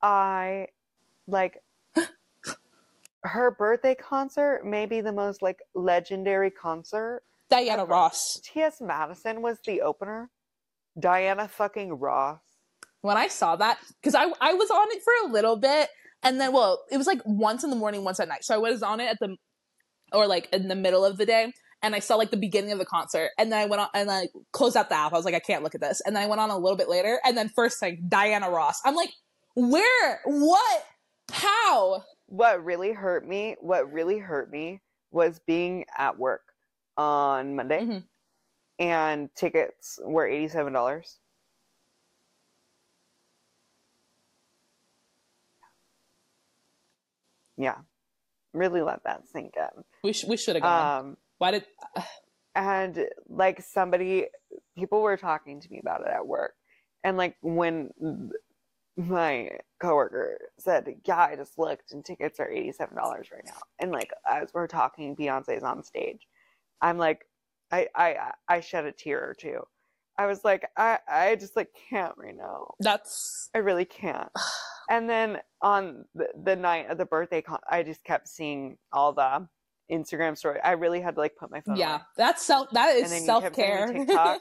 S2: I like her birthday concert may be the most like legendary concert.
S3: Diana
S2: Okay.
S3: Ross.
S2: T.S. Madison was the opener. Diana fucking Ross.
S3: When I saw that, because I I was on it for a little bit, and then well, it was like once in the morning, once at night. So I was on it at the or like in the middle of the day. And I saw like the beginning of the concert, and then I went on and I closed out the app. I was like, I can't look at this. And then I went on a little bit later, and then first thing, Diana Ross. I'm like, where? What? How?
S2: What really hurt me, what really hurt me was being at work on Monday
S3: Mhm.
S2: and tickets were $87. Yeah. Really let that sink in.
S3: We sh- we should have gone.
S2: Um,
S3: Why did?
S2: and like somebody people were talking to me about it at work and like when my coworker said yeah i just looked and tickets are $87 right now and like as we're talking beyonce's on stage i'm like i i i shed a tear or two i was like i i just like can't right now
S3: That's
S2: I really can't. and then on the, the night of the birthday, con- I just kept seeing all the Instagram story. I really had to like put my phone.
S3: yeah.
S2: away.
S3: That's self. That is
S2: and
S3: self
S2: then you
S3: care.
S2: kept sending me TikToks.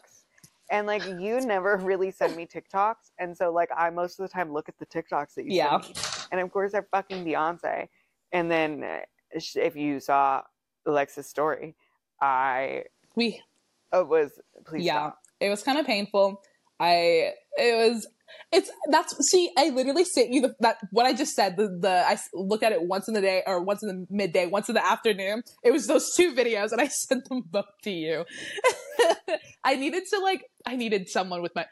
S2: and like you never really send me TikToks, and so like I most of the time look at the TikToks that you
S3: Yeah.
S2: send me. And of course, they're fucking Beyonce. And then uh, sh- if you saw Alexa's story, I
S3: we
S2: it was please
S3: yeah.
S2: stop.
S3: It was kind of painful. I it was it's that's see I literally sent you the, that what I just said the the I s- looked at it once in the day or once in the midday once in the afternoon it was those two videos and I sent them both to you I needed to like I needed someone with my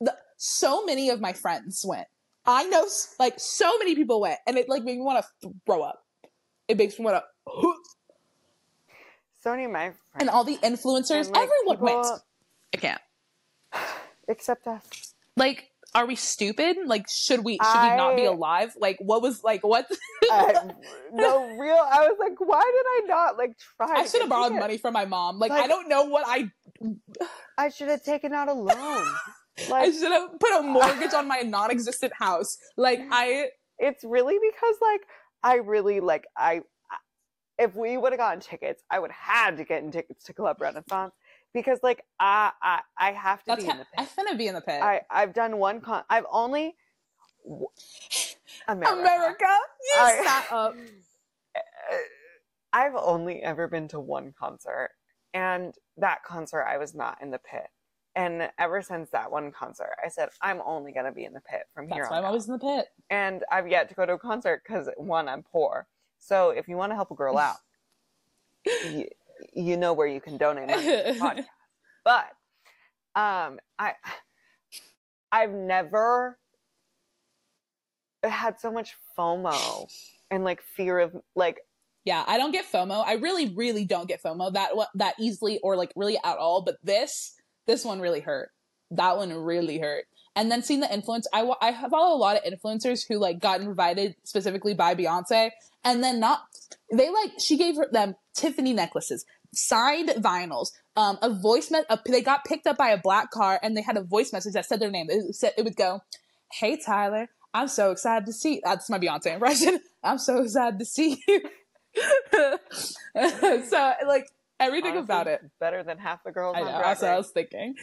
S3: the, so many of my friends went I know s- like so many people went and it like made me want to throw up it makes me want to
S2: So many of my friends
S3: and all the influencers
S2: And, like,
S3: everyone went
S2: people-
S3: I can't
S2: except us.
S3: like are we stupid like should we should we not be
S2: I-
S3: alive like what was like what
S2: I, Uh, no real. I was like, why did I not like try?
S3: i
S2: to
S3: should have
S2: get
S3: borrowed
S2: tickets?
S3: money from my mom like, i
S2: Like-
S3: don't know what i
S2: I should have taken out a loan.
S3: i
S2: Like
S3: should have put a mortgage on my non-existent house like i
S2: it's really because like I really like I. I- If we would have gotten tickets, I would had to get in tickets to Club Renaissance because like I I, I have to
S3: that's
S2: be in
S3: kind
S2: the
S3: i'm
S2: pit.
S3: finna be in the pit
S2: I I've done one con. I've only w- America.
S3: america you
S2: I-
S3: sat up
S2: I've only ever been to one concert, and that concert I was not in the pit. And ever since that one concert, I said I'm only gonna be in the pit from here
S3: that's why
S2: on.
S3: i'm
S2: out."
S3: always in the pit
S2: and I've yet to go to a concert because one, I'm poor. So if you want to help a girl out, y- you know where you can donate money to the podcast. But um, I I've never had so much FOMO and like fear of like
S3: Yeah, I don't get FOMO. I really, really don't get FOMO that wa- that easily or like really at all. But this this one really hurt. That one really hurt. And then seeing the influence, I wa- I follow a lot of influencers who like got invited specifically by Beyonce, and then not they like she gave her, them Tiffany necklaces, signed vinyls, um, a voice me- a, they got picked up by a black car and they had a voice message that said their name. It said it would go, "Hey Tyler, I'm so excited to see." That's my Beyonce impression. I'm so excited to see you. so like everything
S2: honestly,
S3: about it,
S2: better than half the girls
S3: I
S2: on
S3: know.
S2: Drag
S3: That's what I
S2: Race.
S3: was thinking.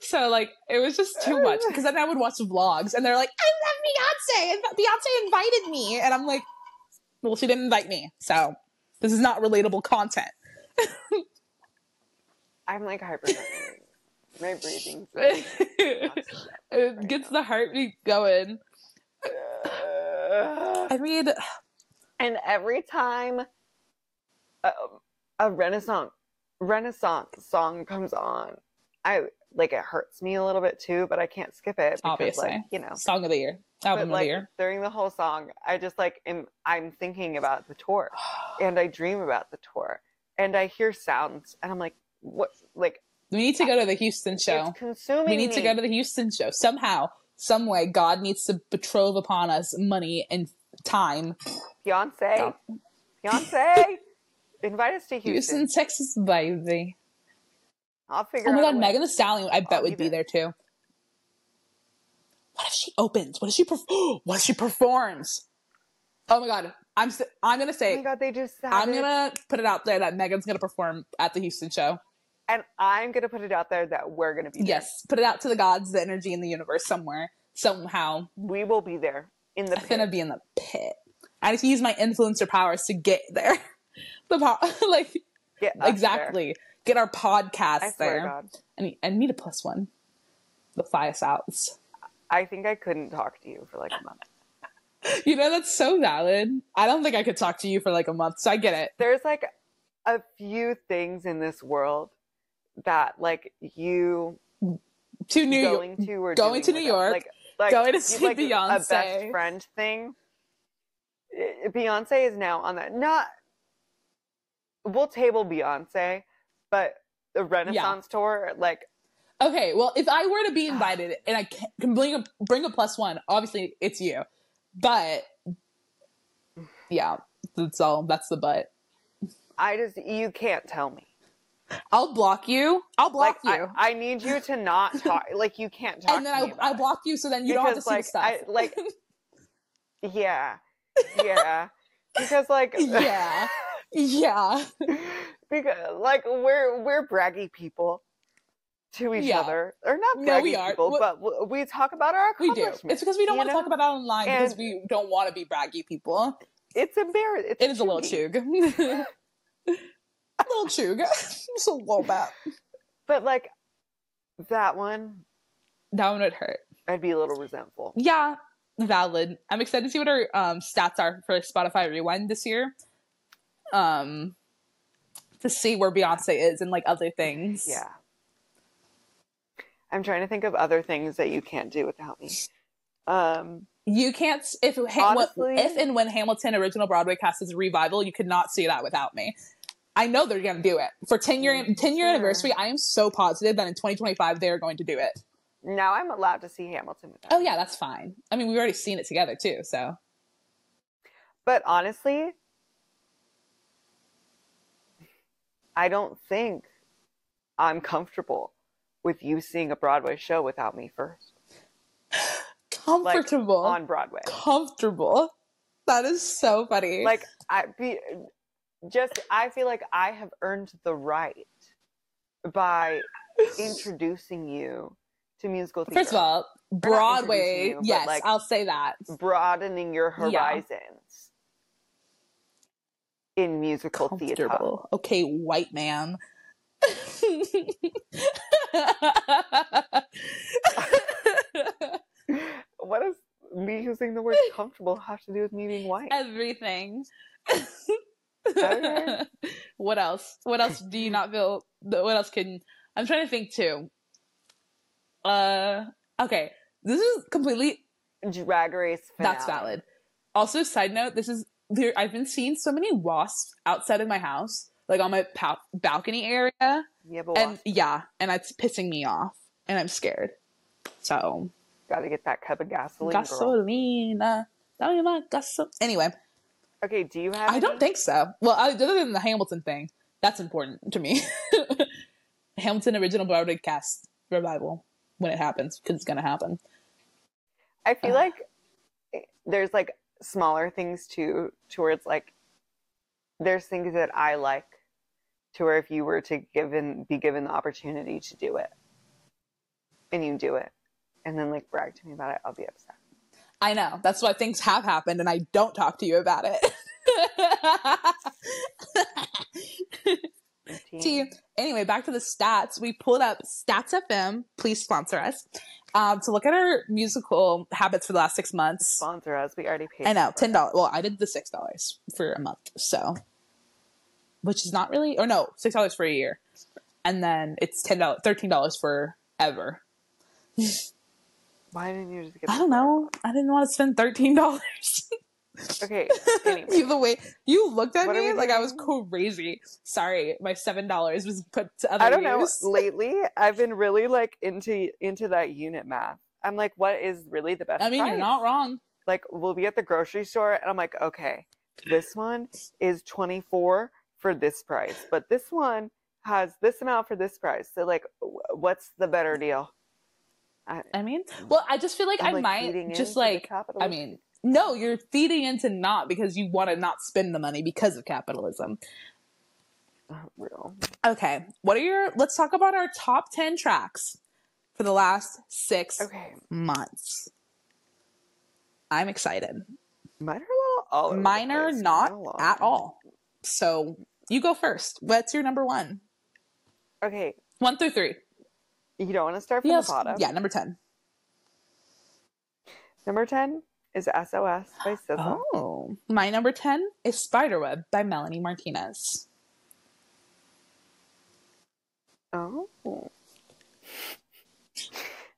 S3: So like it was just too much because then I would watch vlogs and they're like, "I love Beyonce and Beyonce invited me," and I'm like, "Well, she didn't invite me, so this is not relatable content."
S2: I'm like hyperventilating. My breathing's like,
S3: it
S2: Right
S3: gets
S2: now.
S3: the heartbeat going.
S2: uh,
S3: I mean,
S2: and every time a, a renaissance renaissance song comes on, I like it hurts me a little bit too, but I can't skip it because like
S3: Obviously.
S2: you know.
S3: song of the year,
S2: But
S3: album of the
S2: like
S3: year.
S2: during the whole song, I just like am I'm thinking about the tour, and I dream about the tour, and I hear sounds, and I'm like, what? Like
S3: We need to go to the Houston show.
S2: it's consuming.
S3: We need to
S2: me.
S3: go to the Houston show somehow, some way. God needs to betrove upon us money and time.
S2: Beyonce.
S3: Stop.
S2: Beyonce, invite us to Houston.
S3: Houston, Texas, baby.
S2: I'll figure.
S3: Oh my
S2: out a
S3: god,
S2: way.
S3: Megan Thee Stallion, I bet
S2: I'll be
S3: would be there too. What if she opens? What if she perf- what if she performs? Oh my god, I'm si- I'm gonna
S2: Oh
S3: say
S2: my god, they just. Sounded,
S3: I'm gonna put it out there that Megan's gonna perform at the Houston show.
S2: and I'm gonna put it out there that we're gonna be. there.
S3: Yes, put it out to the gods, the energy in the universe somewhere, somehow.
S2: we will be there in the.
S3: I'm gonna
S2: Pit.
S3: be in the pit. I need to use my influencer powers to get there. The power, like
S2: Get us there.
S3: exactly get our podcast
S2: I swear,
S3: there.
S2: to God,
S3: I need I need a plus one. The fly us out.
S2: I think I couldn't talk to you for like a month.
S3: You know, that's so valid. I don't think I could talk to you for like a month, so I get it.
S2: there's like a few things in this world that like you
S3: To New York.
S2: going to or
S3: going
S2: doing
S3: to New
S2: without-
S3: York,
S2: like, like
S3: going to
S2: you-
S3: see
S2: like a
S3: Beyonce.
S2: best friend thing. Eh, Beyonce is now on that. Not we'll table Beyonce, but the Renaissance tour, like
S3: Okay, well, if I were to
S2: Ah.
S3: be invited and I can can bring a, bring a plus one, obviously it's you. But yeah, that's all. That's the but.
S2: I just you can't tell me.
S3: I'll block you. I'll
S2: Like
S3: block you.
S2: I, I need you to not talk. like you can't talk.
S3: and then
S2: to me
S3: I,
S2: about
S3: I
S2: it.
S3: block you so then you don't have to see
S2: like,
S3: the stuff.
S2: I, like, yeah, yeah, because like,
S3: yeah. Yeah.
S2: because like we're we're braggy people to each
S3: Yeah.
S2: other, or not braggy
S3: No, we are.
S2: people,
S3: Wha-
S2: but w- we talk about our
S3: We do.
S2: accomplishments.
S3: It's because we don't
S2: you
S3: want to
S2: know?
S3: talk about that online because
S2: And-
S3: we don't want to be braggy people.
S2: It's embarrassing.
S3: It is a little chug. a little chug. Just a little bit.
S2: but like that one,
S3: That one would hurt.
S2: I'd be a little resentful.
S3: Yeah, valid. I'm excited to see what our um, stats are for Spotify Rewind this year. Um, to see where Beyonce is and like other things.
S2: Yeah. I'm trying to think of other things that you can't do without me. Um,
S3: you can't s- if ha- what-
S2: Honestly-
S3: if and when Hamilton original Broadway cast is a revival, you could not see that without me. I know they're gonna do it for ten year
S2: Mm,
S3: ten year
S2: sure.
S3: anniversary. I am so positive that in 2025 they are going to do it.
S2: now I'm allowed to see Hamilton. Without
S3: Oh yeah, that's fine. I mean, we've already seen it together too, so
S2: But honestly, I don't think I'm comfortable with you seeing a Broadway show without me first
S3: comfortable,
S2: on Broadway.
S3: comfortable. That is so funny.
S2: Like I be just I feel like I have earned the right by introducing you to musical theater.
S3: first of all,
S2: not
S3: Broadway.
S2: introducing you, but,
S3: yes,
S2: like-
S3: I'll say that.
S2: broadening your
S3: Yeah.
S2: horizons in musical theater.
S3: Comfortable. Okay, white man.
S2: What does me using the word comfortable have to do with me being white?
S3: Everything.
S2: Okay.
S3: what else? What else do you not feel? What else can I'm trying to think too. Uh, okay, this is completely
S2: Drag Race. Finale.
S3: that's valid. Also, side note, this is there. I've been seeing so many wasps outside of my house, like on my pow- balcony area,
S2: Yeah, but
S3: and
S2: wasp,
S3: yeah, and it's pissing me off, and I'm scared. So
S2: gotta get that cup of gasoline. girl.
S3: gasolina. Tell me about gasol- Anyway,
S2: Okay, do you have?
S3: I don't think so. Well, I- other than the Hamilton thing, that's important to me. Hamilton original Broadway cast revival when it happens because it's gonna happen.
S2: I feel
S3: Uh.
S2: like eh, there's like smaller things too, towards like there's things that I like to where if you were to given be given the opportunity to do it, and you do it, and then like brag to me about it, I'll be upset.
S3: I know that's why things have happened, and I don't talk to you about it.
S2: Tea.
S3: Tea. Anyway, back to the stats. We pulled up Stats FM. Please sponsor us um, to look at our musical habits for the last six months.
S2: Sponsor us. We already paid.
S3: I know
S2: for
S3: ten
S2: it.
S3: dollars. Well, I did the six dollars for a month, so which is not really, or no, six dollars for a year, and then it's ten dollars, thirteen dollars for ever.
S2: Why didn't you just get?
S3: I don't
S2: the-
S3: know. I didn't want to spend thirteen dollars.
S2: Okay. Anyway.
S3: Either way, you looked at
S2: What are
S3: me
S2: we
S3: like I was
S2: doing?
S3: crazy. Sorry, my seven dollars was put to other
S2: I don't know.
S3: use.
S2: Lately, I've been really like into into that unit math. I'm like, what is really the best?
S3: I mean, you're
S2: price?
S3: not wrong.
S2: like we'll be at the grocery store and I'm like, okay, this one is 24 for this price, but this one has this amount for this price. So like, w- what's the better deal?
S3: I mean, well, I just feel like i
S2: I'm, like, feeding
S3: might
S2: into
S3: just
S2: the
S3: like I
S2: capitalist-
S3: mean, no, you're feeding into not because you want to not spend the money because of capitalism.
S2: Not real.
S3: Okay, what are your? Let's talk about our top ten tracks for the last six
S2: Okay,
S3: months. I'm excited.
S2: mine are a little all over the
S3: Mine are
S2: place.
S3: not
S2: Mine are a lot.
S3: at all. So you go first. What's your number one?
S2: Okay,
S3: One through three.
S2: you don't want to start from
S3: Yes.
S2: the bottom.
S3: Yeah, number ten.
S2: Number 10 is SOS by SZA.
S3: Oh, my number ten is Spiderweb by Melanie Martinez.
S2: Oh.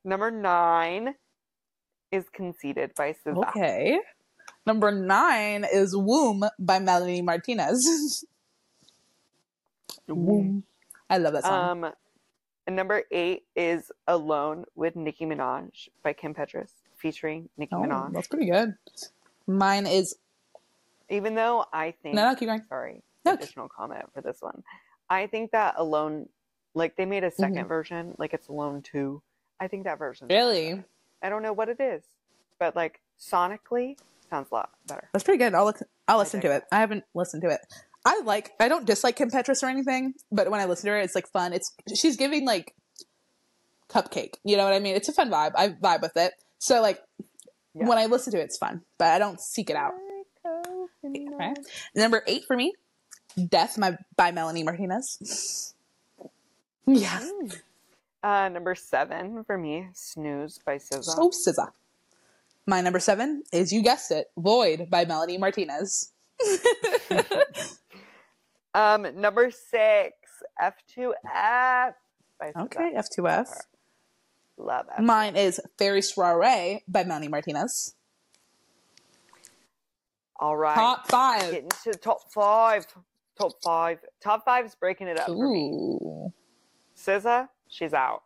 S2: Number nine is Conceited by SZA.
S3: Okay. Number nine is Womb by Melanie Martinez. Womb. I love that song.
S2: Um, and number eight is "Alone" with Nicki Minaj by Kim Petras featuring Nicki
S3: oh,
S2: Minaj.
S3: that's pretty good. Mine is
S2: Even though I think,
S3: no, no, keep going.
S2: sorry,
S3: No.
S2: additional comment for this one. I think that "Alone," like they made a 2nd
S3: Mhm.
S2: version, like it's "Alone 2. I think that version.
S3: Really,
S2: I don't know what it is, but like sonically, sounds a lot better.
S3: that's pretty good. I'll look, I'll listen
S2: dig
S3: to it. I haven't listened to it. I like. I don't dislike Kim Petras or anything, but when I listen to her, it's like fun. It's she's giving like cupcake. You know what I mean? It's a fun vibe. I vibe with it. So like
S2: Yeah.
S3: when I listen to it, it's fun, but I don't seek it out. Okay. Number eight for me, Death my, by Melanie Martinez. Yeah.
S2: Mm. Uh, number seven for me, "Snooze" by SZA.
S3: So SZA. My number seven is, you guessed it, Void by Melanie Martinez.
S2: Um, number six, F2F. by
S3: Okay,
S2: Suzanne.
S3: F2F.
S2: Love it.
S3: Mine is Fairy Soiree by Melanie Martinez.
S2: All right.
S3: Top five.
S2: Getting to top five. Top five. Top five's breaking it up for me.
S3: Ooh.
S2: SZA, she's out.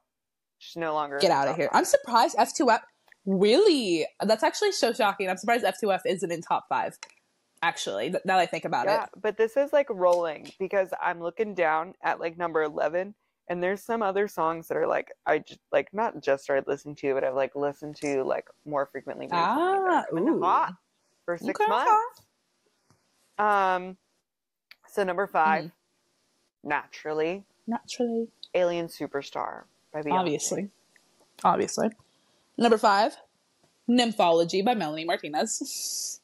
S2: She's no longer.
S3: Get
S2: in the
S3: out of
S2: top
S3: here.
S2: five.
S3: I'm surprised F2F. Really? That's actually so shocking. I'm surprised F2F isn't in top five, actually, th- now that I think about
S2: Yeah,
S3: it.
S2: but this is like rolling because I'm looking down at like number 11 and there's some other songs that are like, I just like not just started listening to, but I've like listened to like more frequently. Recently. They're
S3: Ah,
S2: coming in
S3: ooh.
S2: hot for six
S3: Okay,
S2: months.
S3: okay.
S2: Um, so number
S3: Hmm.
S2: 5 naturally,
S3: Naturally.
S2: Alien Superstar by Beyonce.
S3: Obviously. Obviously. Number five, Nymphology by Melanie Martinez.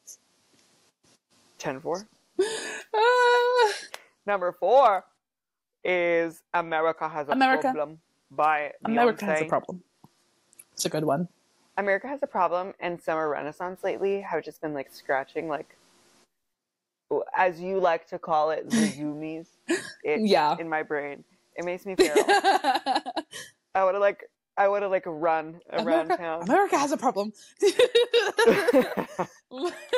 S2: Ten four.
S3: Ah,
S2: Number four is America has a
S3: America.
S2: problem by
S3: America has a
S2: Beyonce.
S3: problem. It's a good one.
S2: America has a problem, and summer renaissance lately have just been like scratching like as you like to call it, zuzumis. It,
S3: Yeah.
S2: In my brain, it makes me feel. I would have like, I would have like run around
S3: America,
S2: town.
S3: America has a problem.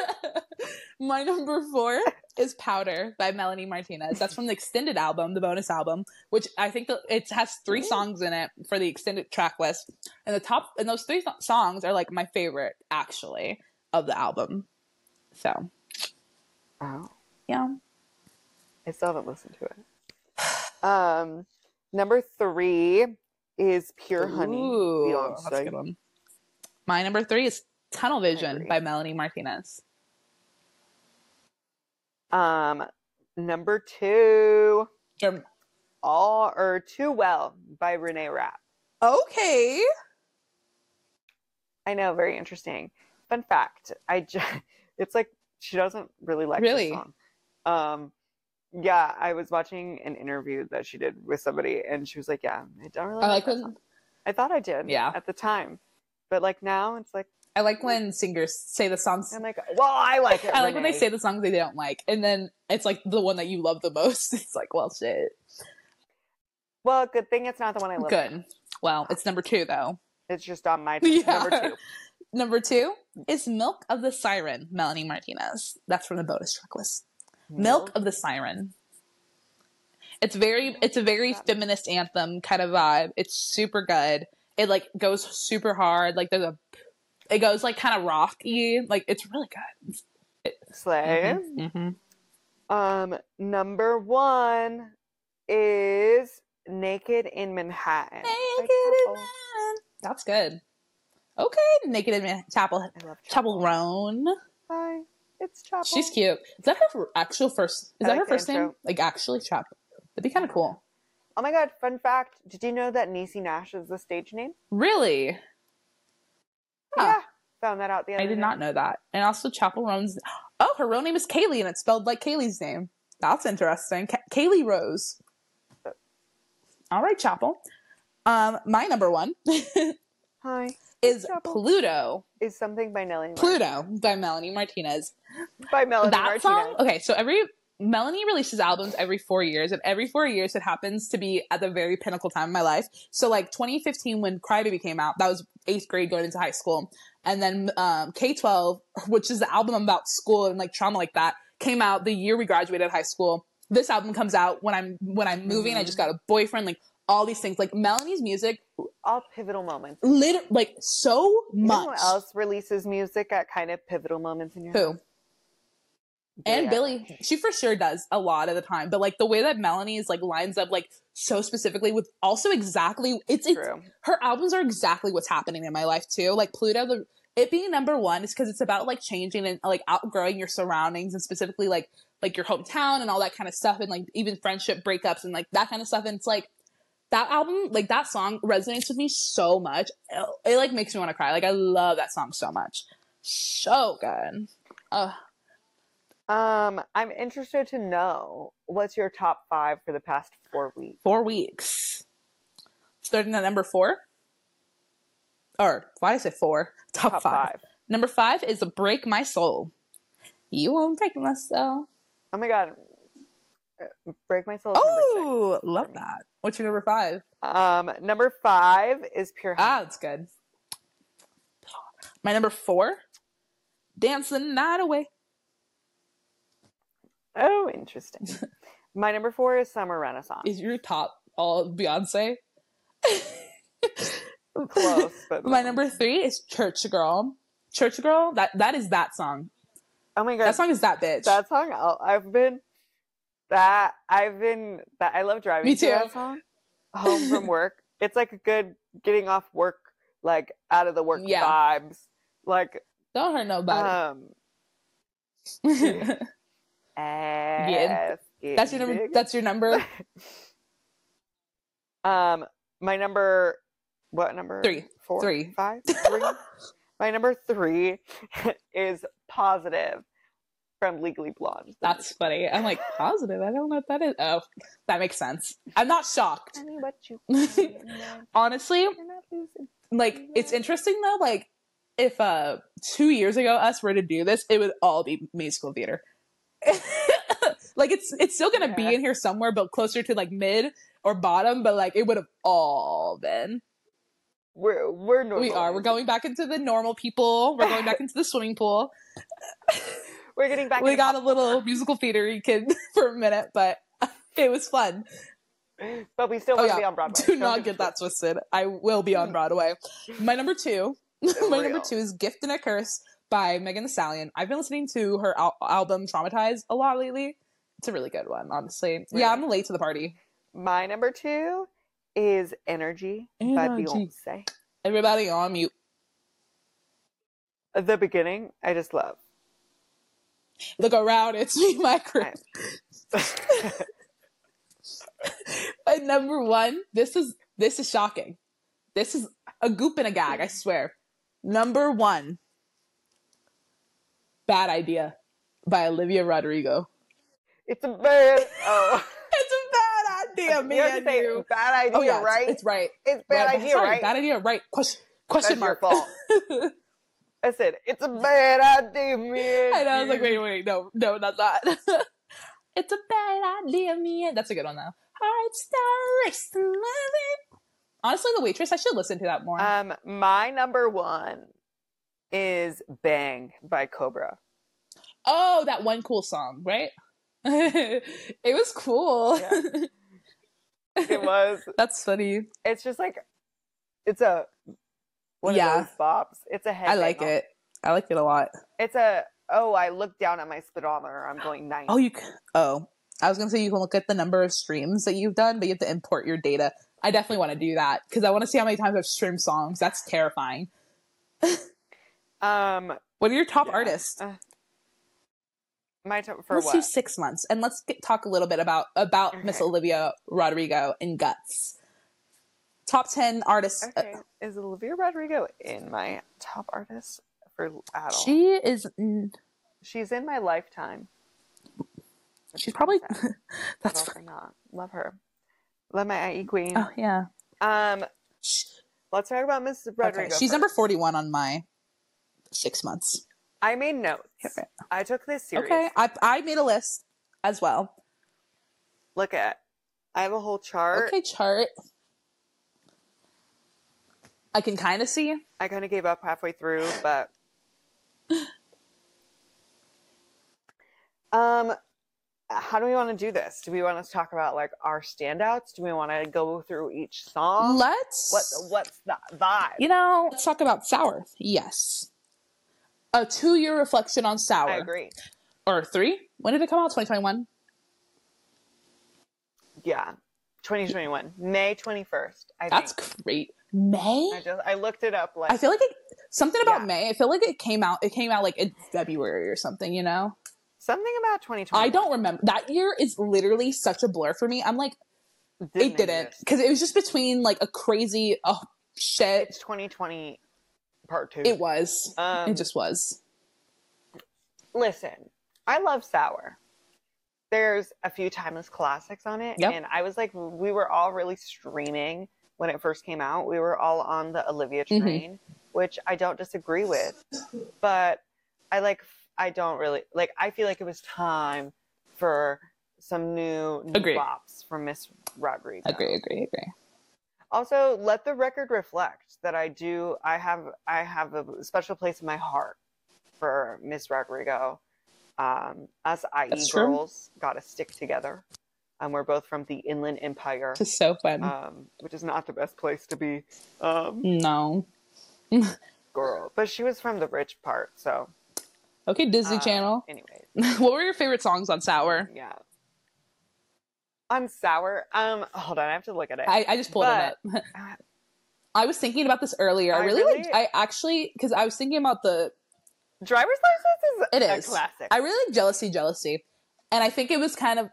S3: My number four is Powder by Melanie Martinez. That's from the extended album, the bonus album, which I think the, it has three songs in it for the extended track list. And the top, and those three so- songs are like my favorite actually of the album. So,
S2: oh,
S3: yeah.
S2: I still haven't listened to it. Um, number three is Pure Honey.
S3: Ooh,
S2: Beyonce.
S3: that's a good one. My number three is Tunnel Vision
S2: agree.
S3: by Melanie Martinez.
S2: Um, number two,
S3: Germ-
S2: All or Too Well by Renee Rapp.
S3: Okay.
S2: I know, very interesting. Fun fact: I just, it's like she doesn't really like
S3: Really?
S2: this song. Um, yeah, I was watching an interview that she did with somebody, and she was like, "Yeah, I don't really
S3: I like
S2: that
S3: when
S2: song." I thought I did,
S3: Yeah.
S2: at the time, but like now, it's like
S3: I like when singers say the songs.
S2: I'm like, well, I like it.
S3: I like when they
S2: Renee."
S3: say the songs they don't like, and then it's like the one that you love the most. It's like, well, shit.
S2: Well, good thing it's not the one I love.
S3: Good. Well, it's number two though.
S2: It's just on my
S3: Yeah.
S2: number two.
S3: Number two is "Milk of the Siren," Melanie Martinez. That's from the bonus track list. Milk of the Siren. It's very it's a very feminist anthem kind of vibe. It's super good. It like goes super hard. Like there's a it goes like kind of rocky. Like it's really good.
S2: Slay.
S3: Mhm.
S2: Um, number one is Naked in Manhattan. by
S3: Naked in
S2: Chapel.
S3: Man. That's good. Okay, Naked in Man- Chapel
S2: I love
S3: Chapel Roan.
S2: Hi, it's Chapel.
S3: She's cute. Is that her actual first? Is
S2: I
S3: that
S2: like
S3: her
S2: the
S3: first name?
S2: intro.
S3: Like actually Chapel. That'd be kind of cool.
S2: Oh my god! Fun fact: Did you know that Niecy Nash is the stage name?
S3: Really, Huh.
S2: Yeah, found that out the other
S3: I did
S2: day.
S3: not know that. And also Chapel Roan's. Oh, her real name is Kaylee, and it's spelled like Kaylee's name. That's interesting. Ka- Kaylee Rose. All right, Chapel. Um, my number one
S2: Hi,
S3: is
S2: Chapel.
S3: Pluto.
S2: is something by Nelly. Mar-
S3: Pluto by Melanie Martinez.
S2: by Melody
S3: that
S2: Martinez.
S3: song okay so every melanie releases albums every four years and every four years it happens to be at the very pinnacle time of my life so like 2015 when crybaby came out that was eighth grade going into high school and then um, k-12 which is the album about school and like trauma like that came out the year we graduated high school this album comes out when i'm when i'm moving i just got a boyfriend like all these things like melanie's music
S2: All pivotal moments.
S3: lit like so
S2: You know
S3: much
S2: who else releases music at kind of pivotal moments in your
S3: who
S2: life?
S3: and
S2: Billie
S3: Billy, she for sure does a lot of the time. But like the way that Melanie is like lines up like so specifically with also exactly it's, it's
S2: True.
S3: her albums are exactly what's happening in my life too. Like Pluto, the it being number one is because it's about like changing and like outgrowing your surroundings and specifically like like your hometown and all that kind of stuff and like even friendship breakups and like that kind of stuff. And it's like that album, like that song resonates with me so much. It, it, like makes me want to cry. Like I love that song so much. So good. Ugh.
S2: Um, I'm interested to know what's your top five for the past four weeks.
S3: four weeks. Starting at number four. Or why is it four? Top,
S2: Top
S3: five.
S2: five.
S3: Number five is Break My Soul. You won't break my soul.
S2: Oh my god. Uh, Break my soul. is number
S3: Oh, love that. What's your number five?
S2: six. Um, number five is pure. Honey.
S3: Ah, that's good. My number four, Dance the Night Away.
S2: Oh, interesting. my number four is summer renaissance.
S3: Is your top all Beyonce?
S2: Close, but
S3: My number three is Church Girl. Church Girl, that, that is that song.
S2: Oh my god,
S3: That song is that bitch.
S2: that song. I'll- I've been that. I've been that. I love driving.
S3: Me
S2: to
S3: too.
S2: That song. Home from work. It's like a good getting off work, like out of the work
S3: Yeah.
S2: vibes. Like
S3: Don't hurt nobody.
S2: um. Uh,
S3: Yeah.
S2: ass
S3: That's your number.
S2: getting big.
S3: That's your number
S2: Um, my number, what number?
S3: Three.
S2: Four?
S3: Three.
S2: Five? Three? my number three is positive from Legally Blonde.
S3: That's funny. I'm like positive. I don't know what that is. Oh, that makes sense. I'm not shocked.
S2: Tell me what you want, and then
S3: Honestly,
S2: you're not losing.
S3: like it's interesting though. Like if uh two years ago us were to do this, it would all be musical theater. like it's it's still gonna
S2: Yeah.
S3: be in here somewhere, but closer to like mid or bottom. But like it would have all been.
S2: We're we're normal.
S3: We are. We're going back into the normal people. We're going back into the swimming pool.
S2: We're getting back.
S3: we
S2: in
S3: got a
S2: pop-
S3: little musical theatery kid for a minute, but it was fun.
S2: Oh but we still
S3: Oh
S2: want to
S3: yeah,
S2: be on Broadway.
S3: do
S2: Don't
S3: not
S2: give
S3: get
S2: a
S3: that twisted. I will be on Broadway. My number two, my number
S2: Real.
S3: two is "Gift and a Curse" by Megan Thee Stallion. I've been listening to her al- album "Traumatized" a lot lately. It's a really good one, honestly. Yeah,
S2: Really?
S3: I'm late to the party.
S2: My number two is Energy, by
S3: Energy.
S2: Beyonce.
S3: Everybody on mute.
S2: The beginning, I just love.
S3: Look around, it's me, my crew.
S2: I-
S3: And number one, this is this is shocking. This is a goop and a gag, I swear. Number one, "Bad Idea" by Olivia Rodrigo.
S2: it's a bad. Oh,
S3: It's a bad idea,
S2: you
S3: man.
S2: have to say
S3: you.
S2: bad idea,
S3: Oh yeah, it's-
S2: right?
S3: It's, right.
S2: It's bad
S3: Right.
S2: idea,
S3: Sorry,
S2: right?
S3: Bad idea, right? Question
S2: That's
S3: question
S2: your
S3: mark.
S2: fault. I said it's a bad idea, man.
S3: I know. I was like, wait, wait, no, no, not that. it's a bad idea, man. That's a good one though. Hard stars, love it. Honestly, the waitress. I should listen to that more.
S2: Um, my number one is "Bang" by Cobra.
S3: oh, that one cool song, right? it was cool.
S2: Yeah. It was.
S3: That's funny.
S2: it's just like, it's a one
S3: Yeah.
S2: of those bops. It's a head.
S3: I like it. I like it a lot.
S2: It's a oh, I looked down at my speedometer. I'm going ninety.
S3: Oh, you. c- Oh, I was gonna say you can look at the number of streams that you've done, but you have to import your data. I definitely want to do that because I want to see how many times I've streamed songs. That's terrifying.
S2: Um,
S3: What are your top
S2: Yeah.
S3: artists?
S2: Uh, my t- for
S3: let's
S2: what?
S3: do six months, and let's get, talk a little bit about about Miss
S2: Okay.
S3: Olivia Rodrigo and Guts. Top ten artists. Uh,
S2: Okay, is Olivia Rodrigo in my top artist for at all?
S3: she is. mm,
S2: She's in my lifetime. Which
S3: She's
S2: is
S3: probably.
S2: sad, but
S3: that's.
S2: also not. Love her. Love my IE queen.
S3: Oh yeah.
S2: Um,
S3: Sh-
S2: let's talk about Miss
S3: Okay.
S2: Rodrigo.
S3: She's number
S2: first.
S3: forty-one on my six months.
S2: I made notes.
S3: Okay.
S2: I took this serious.
S3: Okay. I I made a list as well.
S2: Look at. I have a whole chart.
S3: Okay, chart. I can kind of see.
S2: I kind of gave up halfway through, but um, how do we want to do this? Do we want to talk about like our standouts? Do we want to go through each song?
S3: Let's.
S2: what what's the vibe?
S3: you know, let's talk about sour. Yes. A two year reflection on sour.
S2: I agree.
S3: Or three. When did it come out? 2021.
S2: Yeah, 2021, May 21st. I
S3: That's
S2: think.
S3: great. May?
S2: I just I looked it up. Like
S3: I feel like it, something about
S2: Yeah.
S3: May. I feel like it came out. It came out like in February or something. You know,
S2: something about 2020.
S3: I don't remember. That year is literally such a blur for me. I'm like, it didn't
S2: exist.
S3: because it was just between like a crazy oh shit.
S2: It's 2020 part two.
S3: It was.
S2: Um,
S3: it just was.
S2: listen, I love sour. There's a few timeless classics on it,
S3: Yep.
S2: and I was like, we were all really streaming when it first came out. We were all on the Olivia
S3: Mhm.
S2: train, which I don't disagree with, but I like, I don't really like. I feel like it was time for some new, new
S3: Agree.
S2: bops from Miss Rodriguez.
S3: Agree. Agree. Agree.
S2: Also, let the record reflect that I do. I have I have a special place in my heart for Miss Rodrigo. Um, us IE
S3: That's true.
S2: girls got to stick together, and we're both from the Inland Empire,
S3: It's so fun.
S2: um, which is not the best place to be, um,
S3: no.
S2: girl. But she was from the rich part, so
S3: Okay, Disney
S2: uh,
S3: Channel.
S2: Anyways,
S3: what were your favorite songs on Sour?
S2: yeah. On sour. Um, hold on, I have to look at it.
S3: I, I just pulled
S2: But-
S3: it up. I was thinking about this earlier. I
S2: I
S3: really,
S2: really-
S3: like. I actually because I was thinking about the.
S2: Driver's license is
S3: It
S2: a
S3: is.
S2: classic.
S3: I really like jealousy, jealousy, and I think it was kind of.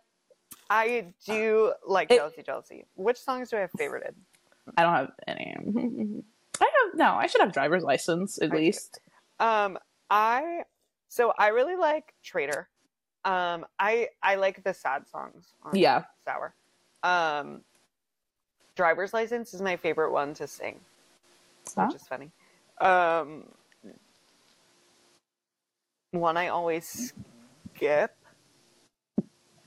S2: I do like
S3: It-
S2: Jealousy Jealousy. Which songs do I have favorited?
S3: I don't have any. I have no. I should have driver's license at
S2: I-
S3: least.
S2: Um I so I really like Traitor. Um I I like the sad songs on
S3: Yeah.
S2: Sour. Um Driver's License is my favorite one to sing,
S3: Huh?
S2: which is funny. Um one I always skip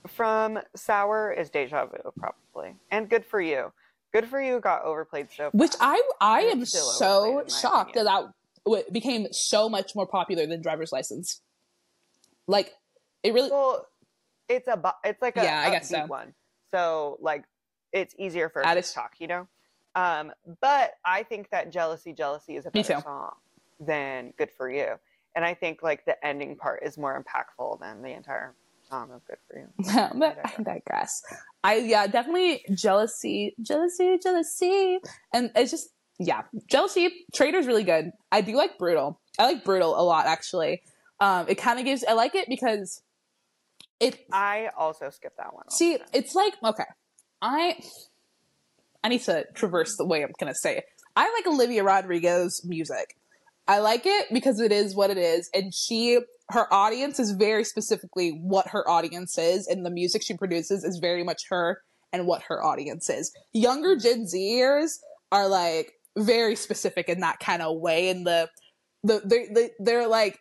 S2: from Sour is Deja Vu, probably. And Good For You. Good For You got overplayed so fast.
S3: Which I I
S2: It's
S3: am
S2: still
S3: so
S2: overplayed, in my
S3: shocked that
S2: opinion.
S3: that w- became so much more popular than driver's license. Like it really
S2: Well, it's a bu- it's like a
S3: Yeah, I guess
S2: upbeat
S3: so.
S2: one. So like it's easier for
S3: That
S2: us
S3: is-
S2: to talk, you know. Um, but I think that jealousy, jealousy is a
S3: Me
S2: better
S3: too.
S2: song than Good for You, and I think like the ending part is more impactful than the entire song of Good for You.
S3: but I digress. I yeah, definitely jealousy, jealousy, jealousy, and it's just yeah, jealousy. Trader's really good. I do like brutal. I like brutal a lot actually. Um, it kind of gives. I like it because it
S2: I also skipped that one.
S3: See,
S2: also.
S3: it's like okay, I I need to traverse the way I'm gonna say it. I like Olivia Rodrigo's music. I like it because it is what it is, and she her audience is very specifically what her audience is, and the music she produces is very much her and what her audience is. Younger Gen Zers are like very specific in that kind of way, and the the they, they they're like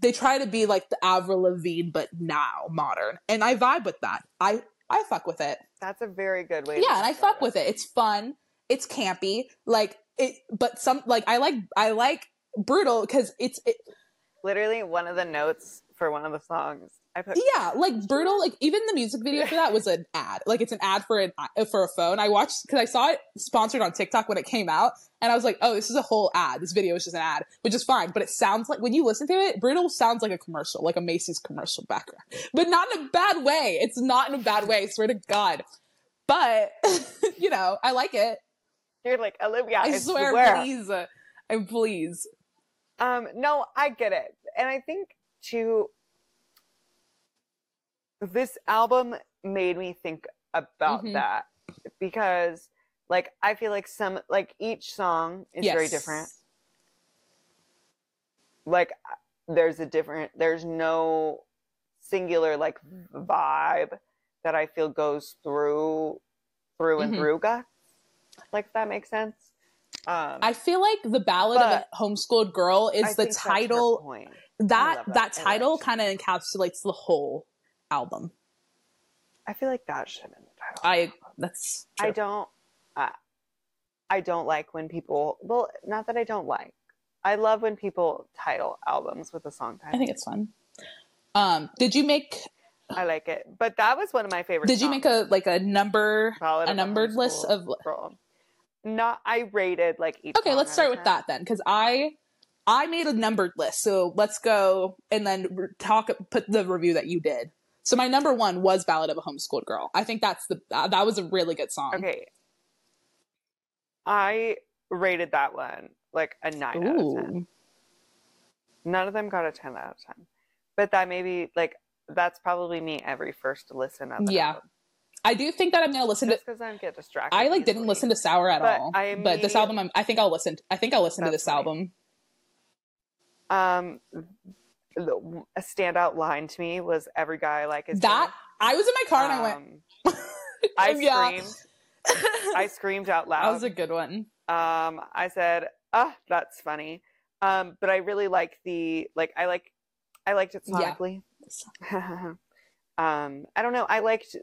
S3: they try to be like the Avril Lavigne but now modern, and I vibe with that. I I fuck with it.
S2: that's a very good way. to
S3: Yeah, and I
S2: describe
S3: fuck with it. It's fun. It's campy. Like it, but some like I like I like brutal because it's it,
S2: Literally, one of the notes for one of the songs, I put
S3: yeah like brutal like even the music video for that was an ad like it's an ad for an uh, for a phone i watched because i saw it sponsored on tiktok when it came out and i was like oh this is a whole ad this video is just an ad which is fine but it sounds like when you listen to it brutal sounds like a commercial like a macy's commercial background but not in a bad way it's not in a bad way I swear to god but you know i like it
S2: You're like Olivia.
S3: i, swear, please
S2: uh,
S3: and please
S2: Um, no, I get it. And I think too this album made me think about
S3: Mhm.
S2: that because like I feel like some like each song is very
S3: Yes.
S2: different. Like there's a different there's no singular like vibe that I feel goes through through and
S3: Mhm.
S2: through guts. Like if that makes sense. Um
S3: i feel like the ballad of a homeschooled girl
S2: I
S3: is the
S2: think that's her
S3: title
S2: point. I
S3: that
S2: love
S3: that
S2: that. I
S3: title
S2: love
S3: kind of encapsulates the whole album.
S2: I feel like that should have been the title.
S3: I that's
S2: I,
S3: true.
S2: don't. I, I don't like when people. Well, not that I don't like. I love when people title albums with a song
S3: I,
S2: title. I,
S3: think it's fun. Um, did you make
S2: like it. But that was one of my favorite.
S3: did you make a like a number
S2: Ballad
S3: a
S2: of
S3: numbered list
S2: homeschool
S3: of
S2: girl? Not. I rated like each.
S3: okay?
S2: song
S3: Let's
S2: out
S3: start
S2: of
S3: with
S2: 10.
S3: that then, because I I made a numbered list. So let's go and then re- talk put the review that you did. So my number one was "Ballad of a Homeschooled Girl." I think that's the uh, that was a really good song.
S2: Okay. I rated that one like a nine out of ten.
S3: Ooh.
S2: None of them got a 10 out of 10. But that may be like, that's probably me every first listen of an
S3: Yeah.
S2: album.
S3: I do think that I'm gonna listen to.
S2: Just because I get distracted.
S3: I like didn't
S2: easily.
S3: listen to Sour at
S2: But
S3: all,
S2: I
S3: but this
S2: immediately-
S3: album, I'm, I think I'll listen. I think I'll listen to
S2: That's
S3: this
S2: funny.
S3: album.
S2: Um, the- a standout line to me was every guy I like is
S3: That I was in my car
S2: Taylor."
S3: and I went.
S2: Um, I
S3: Yeah.
S2: screamed. Um, I screamed out
S3: That
S2: loud.
S3: was a good one.
S2: um, I said, "Ah, that's funny." Um, but I really like the like. I like. I liked it
S3: Yeah.
S2: sonically. um, I don't know. I liked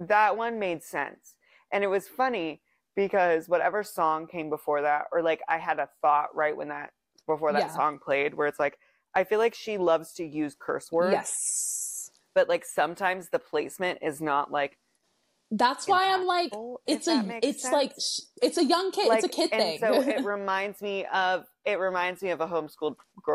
S2: that one made sense, and it was funny because whatever song came before that, or like I had a thought right when that before that
S3: Yeah.
S2: song played, where it's like I feel like she loves to use curse words,
S3: Yes,
S2: but like sometimes the placement is not like.
S3: that's why I'm like,
S2: impactful, if
S3: it's
S2: that
S3: a,
S2: makes
S3: it's
S2: sense.
S3: like, sh- it's a young kid, it's a kid
S2: and
S3: thing.
S2: so it reminds me of it reminds me of a homeschooled girl